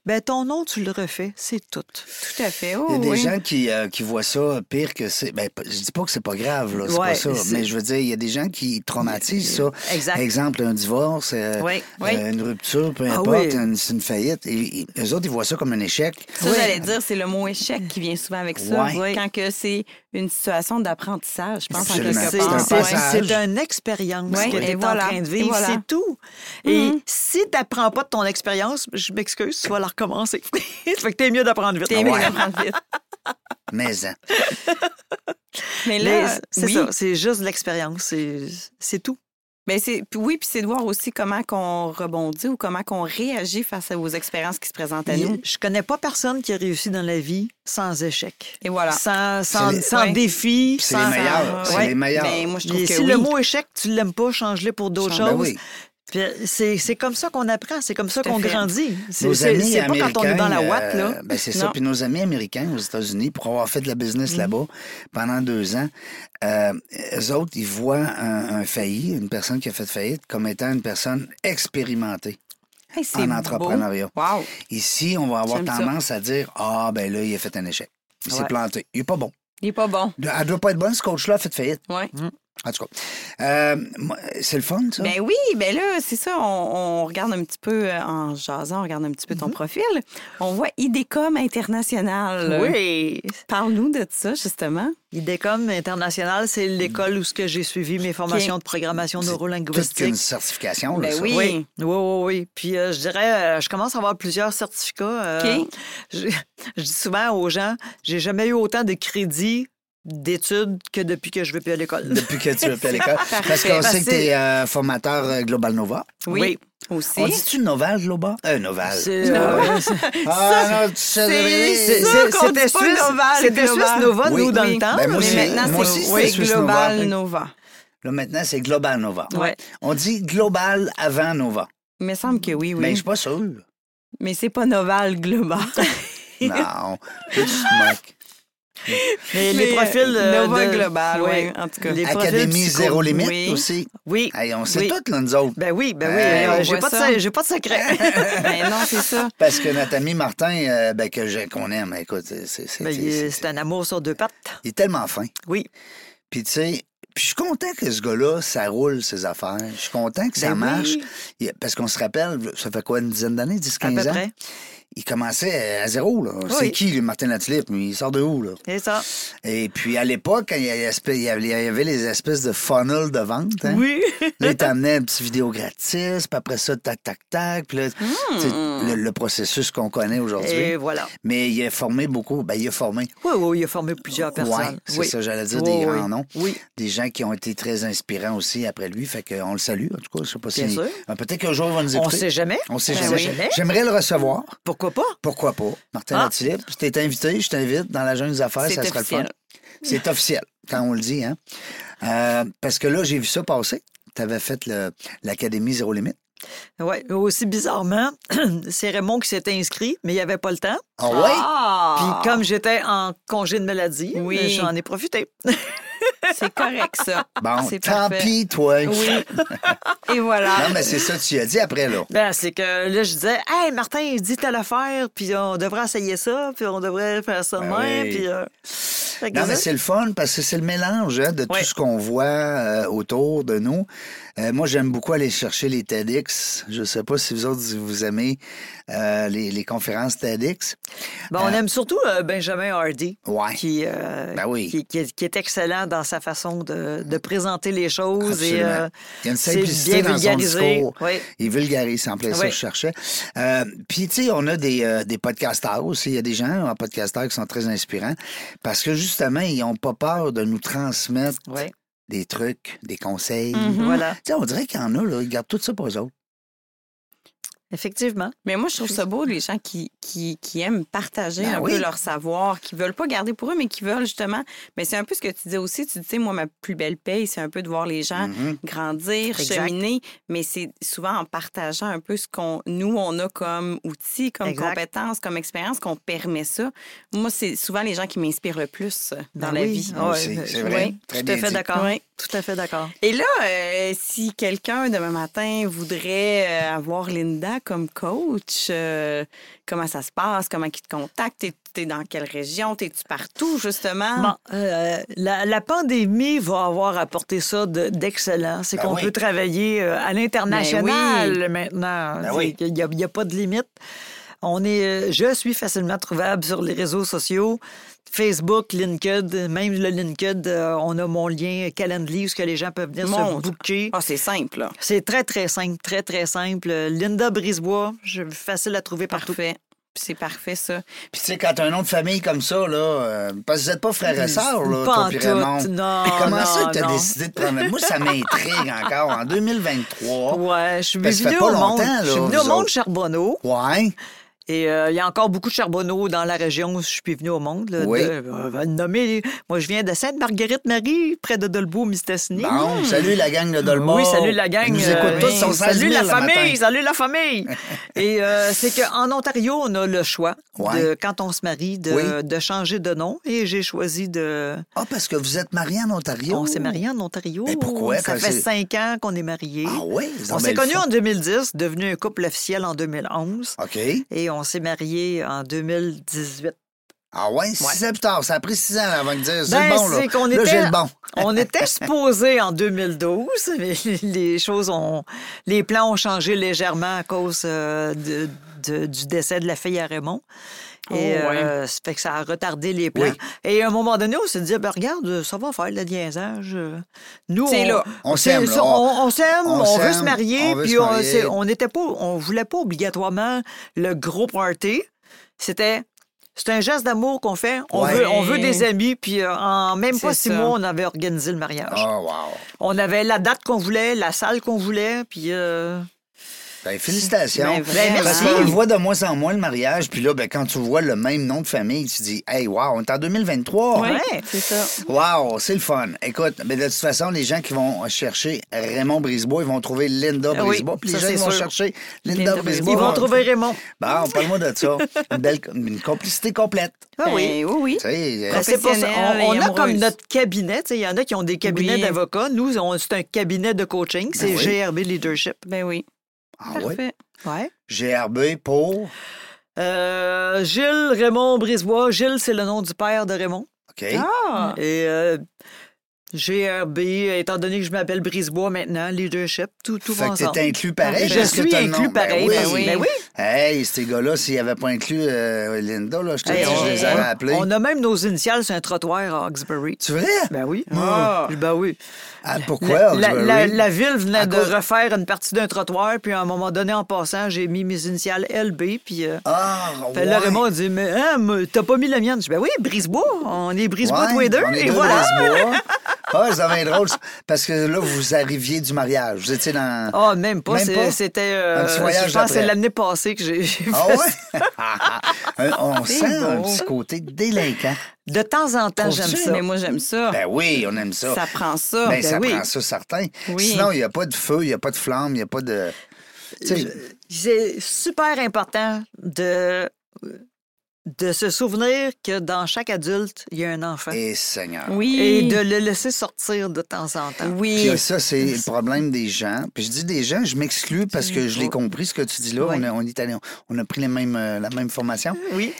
D: ben ton nom, tu le refais, c'est tout.
C: Tout à fait.
B: Il y
C: Oh,
B: a des
C: oui.
B: gens qui, euh, qui voient ça pire que c'est. Ben, p- je dis pas que c'est pas grave, là, c'est
D: Ouais,
B: pas ça.
D: c'est-
B: Mais je veux dire, il y a des gens qui traumatisent ça.
D: Exact.
B: Exemple, un divorce, euh,
D: Oui,
B: euh,
C: oui.
B: une rupture, peu
D: Ah
B: importe,
D: oui.
B: une, c'est une faillite. Et, et eux autres, ils voient ça comme un échec.
C: Ça, j'allais dire, c'est le mot échec qui vient souvent avec ça.
B: Ouais.
C: Oui. Quand que c'est une situation d'apprentissage, je pense, en
B: Absolument.
C: quelque
D: C'est-
B: un
C: part.
D: C'est
B: passage.
D: c'est une expérience
C: Ouais,
D: que
C: et
D: tu es
C: voilà,
D: en train de
C: et
D: vivre,
C: voilà. Mm-hmm.
D: c'est tout. Et si tu n'apprends pas de ton expérience, je m'excuse, tu vas la recommencer. fait que t'es mieux d'apprendre vite.
C: T'es mieux
B: Ouais.
C: d'apprendre vite.
B: Mais hein,
C: Mais
D: Mais
C: là,
D: c'est
C: oui.
D: ça, c'est juste de l'expérience, c'est c'est tout.
C: Ben, c'est puis oui, puis c'est de voir aussi comment qu'on rebondit ou comment qu'on réagit face aux expériences qui se présentent à nous.
D: Je connais pas personne qui a réussi dans la vie sans échec.
C: Et voilà.
D: Sans, sans,
B: C'est les-
D: sans
C: ouais.
D: défi.
B: c'est
D: sans-
B: les meilleurs.
C: ouais.
B: C'est les meilleurs.
C: Ben, moi, je trouve
D: Mais
C: que
D: si
C: oui.
D: le mot échec, tu l'aimes pas, change-le pour d'autres
B: Ben
D: choses.
B: oui.
D: Puis C'est c'est comme ça qu'on apprend, c'est comme ça
C: Tout à
D: qu'on
C: fait.
D: grandit. C'est
B: Nos
D: c'est-
B: amis
D: c'est pas quand on est dans la
B: américains,
D: ouate, là.
B: euh, ben, c'est ça.
C: Non.
B: Puis nos amis américains aux États-Unis, pour avoir fait de la
D: Mm-hmm.
B: business là-bas pendant deux ans, euh, eux autres, ils voient un, un failli, une personne qui a fait faillite, comme étant une personne expérimentée.
C: Hey, c'est
B: en
C: beau.
B: entrepreneuriat.
C: Wow.
B: Ici, on va avoir
C: J'aime ça.
B: tendance à dire Ah, ben là, il a fait un échec. Il s'est
D: Ouais.
B: planté. Il est pas bon.
C: Il est pas bon.
B: Elle doit pas être bonne, ce coach-là a fait faillite.
C: Ouais.
B: En tout cas, euh, moi, c'est le fun, ça.
C: Ben oui, ben là, c'est ça, on, on regarde un petit peu euh, en jasant, on regarde un petit peu ton
B: Mm-hmm.
C: profil. On voit IDECOM International.
D: Oui.
C: Parle-nous de ça, justement.
D: IDECOM International, c'est
C: Mm.
D: l'école où ce que j'ai suivi mes formations de programmation
B: C'est
D: neurolinguistique.
B: une certification, là,
C: Ben
B: ça.
C: oui.
D: Oui, oui, oui, oui. Puis euh, je dirais, euh, je commence à avoir plusieurs certificats. euh,
C: OK.
D: je, je dis souvent aux gens, j'ai jamais eu autant de crédits d'études que depuis que je vais plus à l'école.
B: Depuis que tu es à l'école. Parce
C: Parfait.
B: qu'on sait que tu es
C: Parce
B: formateur euh, Global Nova.
C: Oui. Aussi.
B: On dit-tu novage, Loba? Un novage.
D: C'est euh, c'est-
B: Ah, non, tu sais,
C: c'est-
D: c'est-
C: ça
D: c'est-
C: qu'on
D: c'était
C: dit pas
D: Suisse,
C: Nova,
D: c'était
C: Global.
D: Suisse Nova,
B: Oui.
D: nous, dans
C: Oui.
D: le temps.
B: Ben, moi
D: mais
B: aussi.
D: maintenant,
C: maintenant,
B: moi
C: c'est
B: aussi,
C: c'est
B: Swiss
C: Global
B: Nova.
C: Nova.
B: Là, maintenant, c'est Global Nova.
C: Ouais.
B: On dit Global avant Nova.
C: Il me semble que oui, oui.
B: Mais
C: Mais,
B: Ben, je suis pas sûr.
C: c'est pas Noval Global.
B: Non. Tu te moques.
D: mais les
C: Mais,
D: profils. euh,
C: Nova
D: de-
C: Global,
D: ouais.
C: oui, en tout cas. Ah!
D: Les profils
B: Académie
D: psycho-
B: Zéro Limite
C: oui.
B: aussi.
D: Oui.
B: Hey, on sait
D: Oui.
B: toutes, là, nous autres.
D: Ben oui, ben oui.
B: Hey,
D: euh,
C: on
D: j'ai
C: voit
D: pas, de
C: ça.
D: se- j'ai pas de secret.
C: ben non, c'est ça.
B: Parce que notre ami Martin, euh, ben, que j'ai- qu'on aime, écoute, c'est- c'est c'est-
D: Ben, il-
B: c'est-
D: c'est un amour sur deux pattes.
B: il est tellement fin.
D: Oui.
B: Puis, tu sais, puis je suis content que ce gars-là, ça roule ses affaires. Je suis content que ça
D: Ben oui.
B: marche. Il- Parce qu'on se rappelle, ça fait quoi, une dizaine d'années, 10, 15
D: peu
B: ans?
D: près.
B: Il commençait à zéro, là.
D: Oui.
B: C'est qui, lui, Martin Latulippe? Il sort de où, là?
D: C'est ça.
B: Et puis, à l'époque, quand il y avait il y avait les espèces de funnels de vente. hein?
D: Oui.
B: Là, il t'amenait une petite vidéo gratis, puis après ça, tac, tac, tac. Puis là, tu sais, le, le processus qu'on connaît
D: Hmm. Et
B: aujourd'hui.
D: voilà.
B: Mais il a formé beaucoup. Ben, il a formé.
D: Oui, oui, il a formé plusieurs
B: Ouais,
D: personnes.
B: c'est
D: oui.
B: ça, j'allais dire,
D: Oui,
B: des
D: oui.
B: grands noms.
D: Oui.
B: Des gens qui ont été très inspirants aussi après lui. Fait qu'on le salue, en tout cas. Je sais pas
D: Bien
B: si.
D: sûr.
B: Ah, Peut-être qu'un jour, il va nous écouter.
D: On sait jamais.
B: On sait
D: Ben
B: jamais.
D: oui.
B: J'aimerais le recevoir.
D: Pourquoi pas?
B: Pourquoi pas? Martin
D: Ah.
B: Latulippe, si t'es invité, je t'invite dans la Jeune des Affaires,
C: C'est
B: ça sera le fun.
C: officiel.
B: C'est officiel, quand on le dit, hein? Euh, parce que là, j'ai vu ça passer. T'avais fait le- l'Académie Zéro Limite.
D: Oui. Aussi bizarrement, c'est Raymond qui s'était inscrit, mais il n'y avait pas le temps.
B: Ah ouais?
D: Puis
C: Ah!
D: comme j'étais en congé de maladie,
C: Oui.
D: ben, j'en ai profité.
C: C'est correct, ça.
B: Bon,
C: C'est
B: tant
C: parfait.
B: pis, toi.
C: Oui. Et voilà.
B: Non, mais c'est ça que tu as dit après, là.
D: Ben, c'est que là, je disais, Hey, Martin, il dit telle affaire, puis on devrait essayer ça, puis on devrait faire ça de
B: Ben
D: même,
B: oui.
D: puis. euh, fait que
B: Non, mais
D: ça-
B: c'est le fun parce que c'est le mélange hein, de
D: Ouais.
B: tout ce qu'on voit euh, autour de nous. Euh, moi, j'aime beaucoup aller chercher les TEDx. Je sais pas si vous autres, vous aimez euh, les, les conférences TEDx.
D: Bon, on aime surtout euh, Benjamin Hardy,
B: Ouais.
D: qui, euh,
B: Ben oui.
D: qui, qui est, qui est excellent dans sa façon de, de présenter les choses. Et,
B: Absolument.
D: euh,
B: Il y a une
D: c'est
B: simplicité
D: bien
B: dans son
D: vulgarisé.
B: discours.
D: Oui.
B: Il vulgarise, en plein ça,
D: Oui.
B: je cherchais. Euh, Puis, tu sais, on a des, euh, des podcasteurs aussi. Il y a des gens en podcasteurs qui sont très inspirants parce que, justement, ils n'ont pas peur de nous transmettre
D: Oui.
B: des trucs, des conseils.
C: Mhm.
D: Voilà.
B: Tu sais, on dirait qu'il y en a, là, ils gardent tout ça pour eux autres.
D: Effectivement.
C: Mais moi, je trouve ça beau, les gens qui, qui, qui aiment partager
B: Ben
C: un
B: oui.
C: peu leur savoir, qui veulent pas garder pour eux, mais qui veulent justement. Mais c'est un peu ce que tu dis aussi. Tu dis, moi, ma plus belle paye, c'est un peu de voir les gens
D: Hein?
B: Mhm.
C: grandir,
D: Exact.
C: cheminer. Mais c'est souvent en partageant un peu ce qu'on nous, on a comme outils, comme
D: Exact.
C: compétences, comme expérience, qu'on permet ça. Moi, c'est souvent les gens qui m'inspirent le plus euh, dans
D: Ben
C: la
D: oui.
C: vie.
D: Ah ouais,
B: Aussi,
D: ben,
B: c'est vrai.
D: oui,
B: Très
D: tout
B: bien
D: à fait
B: dit.
D: d'accord.
C: Oui.
D: Tout à fait d'accord.
C: Et là, euh, si quelqu'un demain matin voudrait euh, avoir Linda comme coach, euh, comment ça se passe? Comment qui te contacte? T'es- T'es dans quelle région? T'es-tu partout,
B: Ah.
C: justement?
D: Bon, euh, la, la pandémie va avoir apporté ça de- d'excellent. C'est
B: Ben
D: qu'on
B: oui.
D: peut travailler euh, à l'international
C: Ben
D: maintenant.
B: Ben
D: C'est
B: oui.
D: qu'il y a- Il n'y a, pas de limite. On est, euh, je suis facilement trouvable sur les réseaux sociaux. Facebook, LinkedIn, même le LinkedIn, euh, on a mon lien Calendly où ce que les gens peuvent venir
C: Mon
D: se booker.
C: Ah, c'est simple, là.
D: C'est très, très simple, très, très simple. Linda Brisebois, je, facile à trouver partout.
C: Parfait. C'est parfait, ça.
B: Puis, tu sais, quand t'as un nom de famille comme ça, là, euh, parce que vous n'êtes pas frère et sœur, là,
D: Pas
B: toi,
D: en
B: puis
D: tout,
B: Raymond.
D: non,
B: Comment
D: non,
B: ça que t'as
D: non.
B: décidé de prendre. Moi, ça m'intrigue encore. En 2023.
D: Ouais, je suis
B: Ben, ça fait
D: venue
B: pas
D: au monde.
B: longtemps, là,
D: je suis venue
B: vous
D: au monde
B: autres.
D: Charbonneau.
B: Ouais.
D: Et euh, il y a encore beaucoup de charbonneaux dans la région où je suis venue au monde. Là,
B: Oui.
D: de- euh, va le nommer. Moi, je viens de Sainte-Marguerite-Marie, près de Dolbeau-Mistassini.
B: Bon, salut la gang de Dolmont.
D: Mm. Oui, salut la gang.
B: Ils nous
D: euh,
B: écoutent tous, ils sont
D: oui,
B: 16 000
D: Salut la
B: le
D: famille,
B: matin.
D: salut la famille. Et euh, c'est qu'en Ontario, on a le choix
B: Ouais.
D: de, quand on se marie de,
B: Oui.
D: de changer de nom. Et j'ai choisi de.
B: Ah, parce que vous êtes mariés en Ontario.
D: On s'est mariés en Ontario.
B: Mais pourquoi,
D: Ça
B: quand
D: fait
B: c'est-
D: cinq ans qu'on est mariés.
B: Ah oui,
D: on s'est connus en 2010, devenu un couple officiel en 2011.
B: OK.
D: Et on s'est mariés en 2018.
B: Ah ouais, six ans plus tard. Ça a pris six ans avant de dire c'est
D: Ben,
B: le bon, là.
D: c'est qu'on
B: là,
D: était-
B: j'ai le bon.
D: On était supposé en 2012, mais les choses ont. Les plans ont changé légèrement à cause euh, de- de- du décès de la fille à Raymond. Et
C: Oh, ouais.
D: euh, ça fait que ça a retardé les plans.
B: Oui.
D: Et à un moment donné, on s'est dit, ben, regarde, ça va faire le liaisage. Nous,
C: C'est
D: on,
C: là.
B: On
D: c'est
B: s'aime,
D: ça,
B: là.
D: On, on s'aime,
B: On
D: on, veut
B: s'aime,
D: se marier,
B: on veut
D: puis
B: se
D: on-
B: marier.
D: c'est- on n'était pas, on voulait pas obligatoirement le gros party. C'était, c'est un geste d'amour qu'on fait. On,
B: Ouais.
D: veut, on veut des amis, puis euh, en même pas
C: C'est
D: six
C: ça.
D: mois, on avait organisé le mariage.
B: Ah, wow.
D: On avait la date qu'on voulait, la salle qu'on voulait, puis euh,
B: Ben, félicitations.
C: Ben, vraiment.
B: Parce qu'on le voit de moins en moins, le mariage. Puis là, ben, quand tu vois le même nom de famille, tu dis, hey, wow, on est en 2023.
C: Ouais,
D: Oh, Ouais.
C: c'est ça.
B: Wow, c'est le fun. Écoute, mais de toute façon, les gens qui vont chercher Raymond Brisebois, ils vont trouver Linda
D: Ah oui,
B: Brisebois. Puis les
D: ça,
B: gens qui
D: c'est
B: vont
D: sûr.
B: chercher Linda,
C: Linda
B: Brisebois.
C: Brisebois.
D: Ils vont trouver Raymond.
B: Bon, parle-moi de ça. Une, belle, une complicité complète.
D: Ah oui.
C: Ben, oui, oui.
B: Tu sais, euh,
D: Ben, c'est pour ça.
C: Professionnelle
D: On, on
C: et
D: a comme
C: amoureuse.
D: notre cabinet. tu sais, Il y en a qui ont des cabinets
C: Oui.
D: d'avocats. Nous, on- c'est un cabinet de coaching. C'est
B: Ben oui.
D: GRB Leadership.
C: Ben oui.
B: ah ouais,
C: Parfait.
D: Ouais.
B: GRB pour.
D: Euh, Gilles Raymond Brisebois. Gilles, c'est le nom du père de Raymond.
B: OK.
C: Ah!
D: Et euh, GRB, étant donné que je m'appelle Brisebois maintenant, leadership, tout, tout
B: fait
D: va
B: que t'es
D: ensemble.
B: inclus pareil.
D: Je
B: parce que
D: suis
B: t'as le nom.
D: inclus pareil.
B: Ben
D: Ben
B: oui.
D: oui. Ben oui.
B: Hey, ces gars-là, s'ils n'avaient pas inclus euh, Linda, là, je te
D: Hey,
B: dis,
D: on,
B: je les avais appelés.
D: on a même nos initiales sur un trottoir à Hawkesbury.
B: Tu vrai?
D: Ben oui.
B: Ah.
D: Ben oui.
B: Ah,
D: La-
B: pourquoi?
D: la,
B: Hawkesbury?
D: la- la ville venait
B: À
D: de
B: cause-
D: refaire une partie d'un trottoir, puis à un moment donné, en passant, j'ai mis mes initiales LB, puis... euh,
B: Ah,
D: fait là,
B: ouais.
D: Raymond a dit, mais hein, mais t'as pas mis la mienne. Je dis, ben oui, Brisebois, on est Brisebois tous les deux,
B: on est
D: et
B: deux
D: voilà.
B: Brisebois. Ah, ça va être drôle. ça. Parce que là, vous arriviez du mariage. Vous étiez dans.
D: Ah, même pas,
B: Même
D: c'est-
B: pas?
D: c'était... euh,
B: Un petit voyage
D: je pense que
B: d'après.
D: c'est l'année passée que j'ai j'ai
B: Ah
D: fait
B: ouais? Un- on
D: C'est
B: sent un
D: bon.
B: petit côté délinquant.
D: De temps en temps, j'aime
C: Ah, J'aime
D: ça.
C: Mais moi, j'aime
D: Ah.
C: ça.
B: Ben oui, on aime ça.
C: ça prend ça.
B: Ben, ça
D: oui.
B: prend ça, certain.
C: Oui.
B: Sinon, il n'y a pas de feu, il n'y a pas de flamme, il n'y a pas de. Tu sais,
D: C'est super important de, de se souvenir que dans chaque adulte, il y a un enfant.
B: eh, Seigneur.
C: Oui.
D: Et de le laisser sortir de temps en temps.
C: Oui.
B: Puis ça, c'est
C: euh,
B: le problème des gens. Puis je dis des gens, je m'exclus parce que je l'ai compris, ce que tu dis là.
D: Ouais.
B: On, a, on est allé- on a pris les mêmes, euh, la même formation.
D: Oui.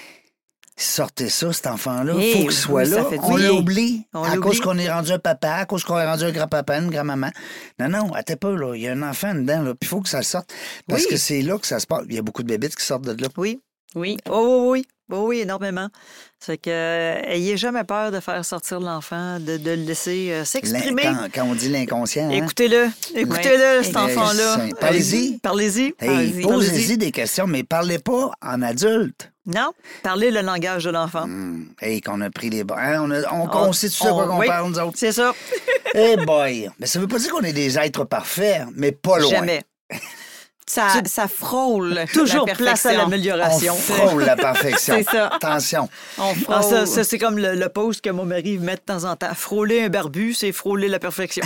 B: Sortez ça, cet enfant-là. Il
C: Eh
B: faut qu'il soit
C: oui, ça
B: là.
C: fait du
B: On
C: bien.
B: l'oublie
D: On
B: à
D: l'oublie.
B: cause qu'on est rendu un papa, à cause qu'on est rendu un grand-papa, une grand-maman. Non, non, attends pas, là. Il y a un enfant dedans, là. Puis il faut que ça sorte. Parce
D: Oui.
B: que c'est là que ça se passe. Il y a beaucoup de bébites qui sortent de là.
D: Oui.
C: Oui.
D: Oh oui, oui. Oh, oui, énormément. C'est que euh, ayez jamais peur de faire sortir l'enfant, de, de le laisser euh,
B: L'in-
D: s'exprimer.
B: Quand, quand on dit l'inconscient. hein.
D: Écoutez-le. Écoutez-le, cet
B: Ouais. Eh
D: enfant-là.
B: Hey, parlez-y.
D: Parlez-y.
B: Hey,
C: Vas-y,
B: posez-y des questions, mais parlez pas en adulte.
D: Non, parlez le langage de l'enfant.
B: Hum, Hey, qu'on a pris les bons. hein, on, a-
C: Oh,
B: on- on sait tout de quoi
D: on-
B: qu'on
D: oui,
B: parle, nous autres.
D: C'est ça.
B: Eh boy! Mais ça veut pas dire qu'on est des êtres parfaits, mais pas loin.
D: Jamais.
C: Ça, ça frôle.
D: Toujours
C: la
D: place à
C: perfection.
B: On
D: l'amélioration.
B: frôle la perfection.
C: C'est ça.
B: Attention.
C: On frôle.
D: Ah,
B: Oh.
D: ça, ça, c'est comme le, le post que mon mari met de temps en temps. Frôler un barbu, c'est frôler la perfection.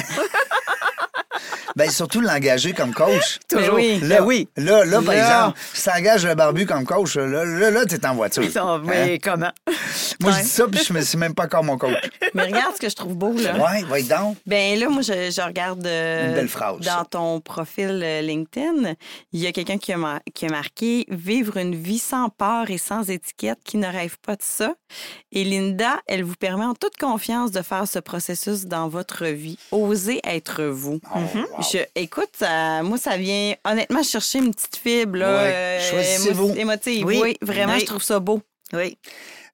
B: Ben, surtout l'engager comme coach.
C: Ben oui.
B: Là,
D: Ben oui.
B: là, là, par
D: Là.
B: exemple, si t'engages le barbu comme coach, là, là, là t'es en voiture.
D: Ça,
B: Hein?
D: Mais comment?
B: Moi, je
C: ouais.
B: dis ça, puis je me suis même pas encore mon coach.
C: Mais regarde ce que je trouve beau, là.
B: Ouais, ouais, donc.
C: Ben là, moi, je, je regarde. euh,
B: Une belle phrase, ça.
C: Dans ton profil euh, LinkedIn, il y a quelqu'un qui, a mar- qui a marqué Vivre une vie sans peur et sans étiquette qui ne rêve pas de ça. Et Linda, elle vous permet en toute confiance de faire ce processus dans votre vie. Osez être vous. Mhm.
B: Oh, wow.
C: Je, écoute, ça- moi, ça vient honnêtement chercher une petite fibre là,
B: Ouais.
C: euh,
B: Choisissez-vous. Ben
C: émo- émotive.
D: Oui.
C: Oui, vraiment,
D: Oui.
C: je trouve ça beau.
D: Oui.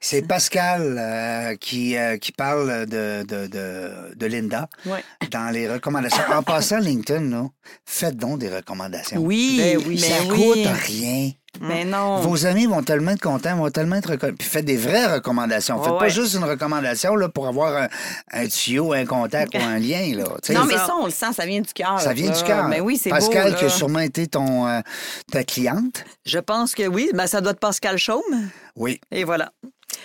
B: C'est Pascal euh, qui, euh, qui parle de, de, de, de Linda
C: Ouais.
B: dans les recommandations. En passant, LinkedIn, là, faites donc des recommandations.
C: Oui,
D: Ben oui.
C: mais
B: ça
C: oui.
B: coûte hein. rien.
C: Mais non.
B: Vos amis vont tellement être contents, vont tellement être recon- Puis faites des vraies recommandations. Faites pas
D: ouais.
B: juste une recommandation là, pour avoir un, un tuyau, un contact ou un lien. Là. Tu sais,
C: Non, mais
D: ça.
C: ça, on le sent, ça vient du cœur.
B: ça vient
C: là.
B: du cœur.
C: Ben oui, c'est beau.
B: Pascal,
C: là.
B: qui a sûrement été ton, euh, ta cliente.
D: Je pense que oui. Ben, ça doit être Pascal Chaume.
B: Oui,
D: Et voilà.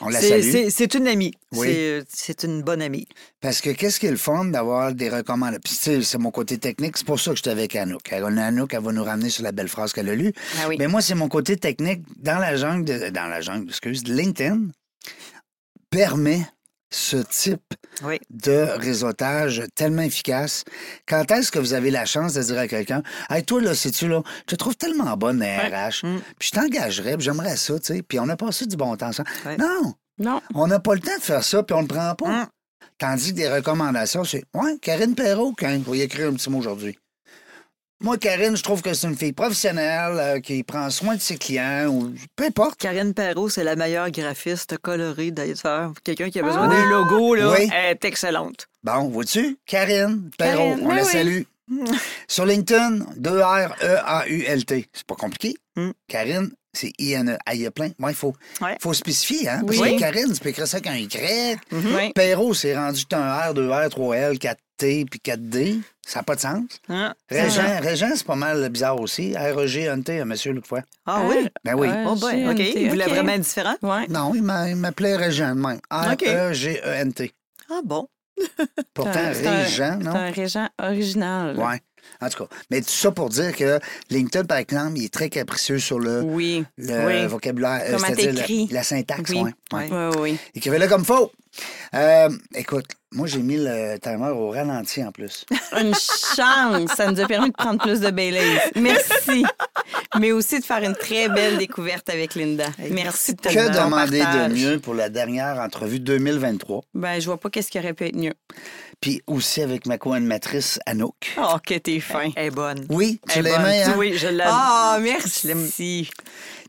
B: on la
D: C'est-
B: salue.
D: C'est c'est une amie.
B: Oui.
D: C'est- C'est une bonne amie.
B: Parce que qu'est-ce qui est le fun d'avoir des recommandations? Puis, tu sais, c'est mon côté technique. C'est pour ça que j'étais avec Anouk. Elle- Anouk, elle va nous ramener sur la belle phrase qu'elle a lue.
C: Ah oui.
B: Mais moi, c'est mon côté technique dans la jungle, de, dans la jungle, excuse, de LinkedIn permet ce type
D: Oui.
B: de réseautage tellement efficace. Quand est-ce que vous avez la chance de dire à quelqu'un, Hey, toi, là, sais-tu, là, je te trouve tellement bonne dans les RH, puis je t'engagerais, puis j'aimerais ça, tu sais, puis on a passé du bon temps ensemble.
D: Ouais.
B: Non!
C: Non.
B: On n'a pas le temps de faire ça, puis on ne le prend pas.
C: Hein?
D: Hum.
B: Tandis que des recommandations, c'est Ouais, Karine Perrault, quand vous y écrire un petit mot aujourd'hui. Moi, Karine, je trouve que c'est une fille professionnelle euh, qui prend soin de ses clients, ou peu importe.
D: Karine Perrault, c'est la meilleure graphiste colorée d'ailleurs. Quelqu'un qui a besoin d'un logo, là,
B: Ah. Oui.
D: elle est excellente.
B: Bon, vois-tu? Karine Perrault,
C: Karine,
B: on
C: oui,
B: la
C: oui.
B: salue. E Sur LinkedIn, 2-R-E-A-U-L-T. C'est pas compliqué.
C: Mm.
D: Hum.
B: Karine C'est INE. Ah, il y a plein. Moi, il faut,
D: Ouais.
B: faut spécifier, hein?
C: Oui.
B: Parce que Karine, tu peux écrire ça avec un Y.
C: Oui.
B: Perrault, c'est rendu un R, 2 R, 3 L, 4 T, puis 4 D. Ça n'a pas de sens.
D: Hein?
B: Régent, Régent, c'est pas mal bizarre aussi. E R-E-G-N-T, un monsieur, l'autre fois.
D: Ah oui?
B: Ben oui.
C: Ouais.
D: Oh boy, OK.
C: RGNT,
D: Il voulait
C: OK.
D: vraiment différent?
C: Ouais.
B: Non, il m'a- il m'appelait Régent de même. E
D: OK.
B: R-E-G-E-N-T.
D: Ah bon?
B: Pourtant,
C: C'est un-
B: Régent,
C: C'est
B: non?
C: un régent original.
B: Ouais. En tout cas, mais tout ça pour dire que LinkedIn, par exemple, il est très capricieux sur le,
C: Oui.
B: le
C: oui.
B: vocabulaire, euh,
C: Comment
B: c'est-à-dire
C: t'écris.
B: la, la syntaxe.
C: Oui.
B: ouais, ouais.
C: Oui, oui.
B: Écrivez-le comme faux. Euh, écoute, moi, j'ai mis le timer au ralenti en plus.
C: Une chance. Ça nous a permis de prendre plus de Baileys. Merci. Mais aussi de faire une très belle découverte avec Linda. Merci de te
B: que demander de mieux pour la dernière entrevue 2023?
C: Ben, je vois pas qu'est-ce qui aurait pu être mieux.
B: Puis aussi avec ma co-animatrice Anouk.
C: Oh, que t'es fin.
D: Elle est bonne.
B: Oui, tu
D: Elle est
B: l'aimais,
D: bonne.
B: hein?
D: Oui, je l'aime.
C: Ah, merci.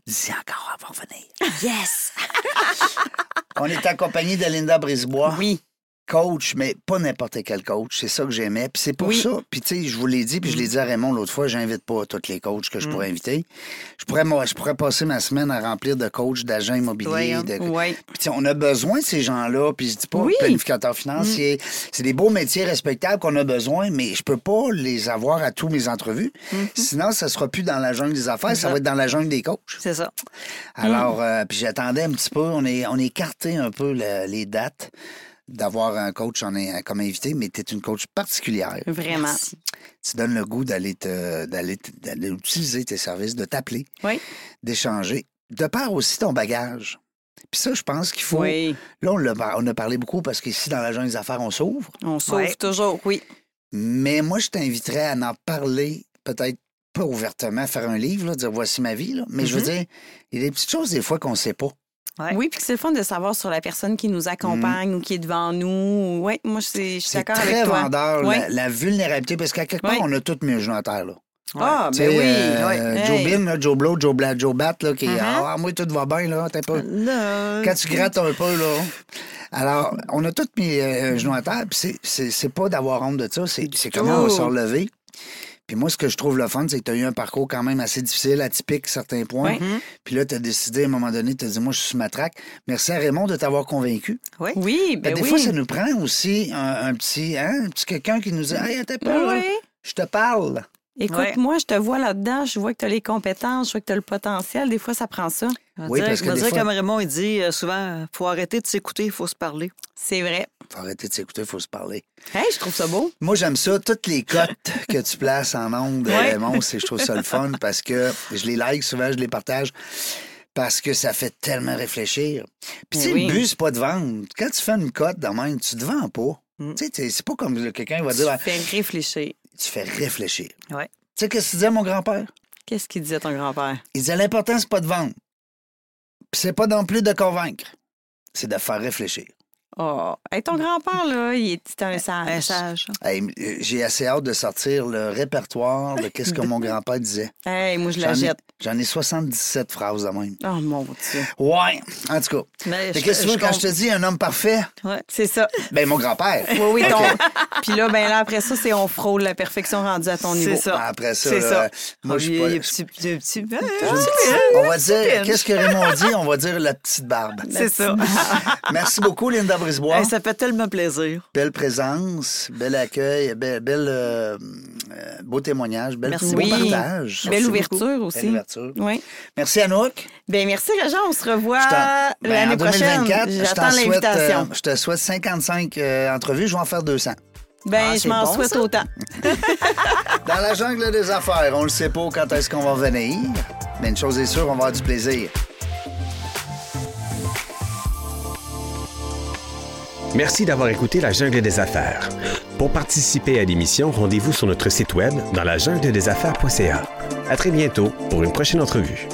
B: Dis encore avant de venir.
C: Yes.
B: On est accompagné de Linda Brisebois.
C: Oui.
B: Coach, mais pas n'importe quel coach. C'est ça que j'aimais. Puis c'est pour
C: Oui.
B: ça. Puis tu sais, je vous l'ai dit, puis
D: Mm.
B: je l'ai dit à Raymond l'autre fois, j'invite pas tous les coachs que je pourrais inviter. Je pourrais, moi, je pourrais passer ma semaine à remplir de coachs, d'agents
D: Oui,
B: immobiliers.
D: hein.
B: de-
C: Oui.
B: Puis tu sais, on a besoin de ces gens-là. Puis je dis pas
C: Oui. Mm.
B: planificateurs financiers. C'est des beaux métiers respectables qu'on a besoin, mais je peux pas les avoir à tous mes entrevues.
C: Mm-hmm.
B: Sinon, ça sera plus dans la jungle des affaires, ça va être dans la jungle des coachs.
D: C'est ça.
C: Mm.
B: Alors, euh, puis j'attendais un petit peu, on est, on est écarté un peu le- les dates d'avoir un coach en, in- comme invité, mais tu es une coach particulière.
C: Vraiment.
B: Tu donnes le goût d'aller te- d'aller te- d'aller utiliser tes services, de t'appeler,
C: Oui.
B: d'échanger, de part aussi ton bagage. Puis ça, je pense qu'il faut...
C: Oui.
B: Là, on, l'a par- on a parlé beaucoup parce qu'ici, dans la jungle des affaires, on s'ouvre.
C: On sauve
D: Ouais.
C: toujours, oui.
B: Mais moi, je t'inviterais à en parler, peut-être pas ouvertement, faire un livre, là, dire « Voici ma vie », là. mais je veux
C: Mm-hmm.
B: dire, il y a des petites choses des fois qu'on ne sait pas.
D: Ouais.
C: Oui, puis c'est le fun de savoir sur la personne qui nous accompagne ou qui est devant nous. Oui, moi, je suis je suis
B: Mm. C'est
C: d'accord
B: très
C: avec toi.
B: vendeur, la-
C: Ouais.
B: la, vulnérabilité, parce qu'à quelque part,
C: Ouais.
B: on a toutes mis un genou à terre. Là.
C: Ah,
B: Tu
C: ben
B: sais,
C: oui.
B: euh,
C: ouais.
B: Joe
C: Hey. Mm-hmm.
B: Bin, là, Joe Blow, Joe Blat, Joe Bat, là, qui Ah, moi, tout va bien, là, t'es pas.
D: Non.
B: Quand tu grattes un peu, là. Alors, on a toutes mis euh, un genou à terre, puis c'est- c'est c'est pas d'avoir honte de ça, c'est c'est comment on
C: tout.
B: s'est relevé. Puis moi, ce que je trouve le fun, c'est que tu as eu un parcours quand même assez difficile, atypique, certains points.
C: Ouais.
B: Puis là, tu as décidé à un moment donné, tu as dit, moi, je suis sur ma traque. Merci à Raymond de t'avoir convaincu.
D: Oui.
C: Oui,
B: Ben,
C: ben
B: des
C: oui.
B: fois, ça nous prend aussi un, un petit, hein, un petit quelqu'un qui nous dit Hey, t'es pas hein. là.
C: Ben Oui.
B: Je te parle.
C: Écoute,
D: Ouais.
C: moi, je te vois là-dedans, je vois que tu as les compétences, je vois que tu as le potentiel. Des fois, ça prend ça.
B: Oui, parce que
D: je veux
B: des
D: dire,
B: fois-
D: comme Raymond, il dit euh, souvent, il faut arrêter de s'écouter, il faut se parler.
C: C'est vrai.
B: Faut arrêter de s'écouter, faut se parler.
C: Hey, je trouve ça beau.
B: Moi, j'aime ça. Toutes les cotes que tu places en ondes,
C: Ouais.
B: Raymond, c'est, je trouve ça le fun parce que je les like souvent, je les partage parce que ça fait tellement réfléchir. Puis, tu sais,
C: Eh oui.
B: le but, c'est pas de vendre. Quand tu fais une cote dans même, tu te vends pas.
C: Mm.
B: Tu sais, t'es- c'est pas comme le- quelqu'un va dire,
C: Fais réfléchir.
B: tu fais réfléchir. Tu
D: Ouais.
B: sais, qu'est-ce que disait mon grand-père?
C: Qu'est-ce qu'il disait ton grand-père?
B: Il disait l'important, c'est pas de vendre. Puis c'est pas non plus de convaincre. C'est de faire réfléchir.
C: Oh, hey, ton grand-père, là, il est c'était
B: Euh,
C: un sage.
D: Un sage.
B: Hey, m- euh, J'ai assez hâte de sortir le répertoire de qu'est-ce que mon grand-père disait.
C: Hey, moi, je
B: J'en
C: la
B: ai,
C: jette.
B: j'en ai 77 phrases de même.
C: Oh mon Dieu.
B: Ouais, en tout cas.
D: Mais
B: Fait qu'est-ce que tu veux, quand je te dis un homme parfait?
D: Ouais.
C: C'est ça.
B: Ben, mon grand-père.
C: Oui, oui, ton. Puis là, ben là, après ça, c'est on frôle la perfection rendue à ton
D: C'est
C: niveau.
D: ça.
B: Après ça,
D: C'est
B: là,
D: ça.
B: euh, moi, je suis
D: Oh,
B: pas-
D: il est petit- il est petit-
B: On va dire, qu'est-ce que Raymond dit? On va dire la petite barbe.
D: C'est ça.
B: Merci beaucoup, Linda Brisebois.
D: Hey, Ça fait tellement plaisir.
B: Belle présence, bel accueil, bel, bel, euh, euh, beau témoignage, bel,
D: Merci
B: beau
C: Oui.
B: partage.
C: Belle
B: Merci
C: ouverture
B: beaucoup.
C: aussi.
B: Belle ouverture.
C: Oui.
B: Merci Anouk.
C: Ben merci, Réjean. On se revoit
B: Je t'en- ben,
C: l'année
B: en 2024,
C: prochaine.
B: je
C: J'attends
B: t'en souhaite,
C: l'invitation.
B: euh, je te souhaite 55 euh, entrevues, je vais en faire 200.
C: ben,
D: Ah,
C: je
D: c'est
C: m'en
D: bon,
C: souhaite
D: ça.
C: autant.
B: Dans la jungle des affaires, on ne sait pas quand est-ce qu'on va venir, mais une chose est sûre, on va avoir du plaisir.
A: Merci d'avoir écouté La Jungle des Affaires. Pour participer à l'émission, rendez-vous sur notre site web dans la jungle des affaires.ca. À très bientôt pour une prochaine entrevue.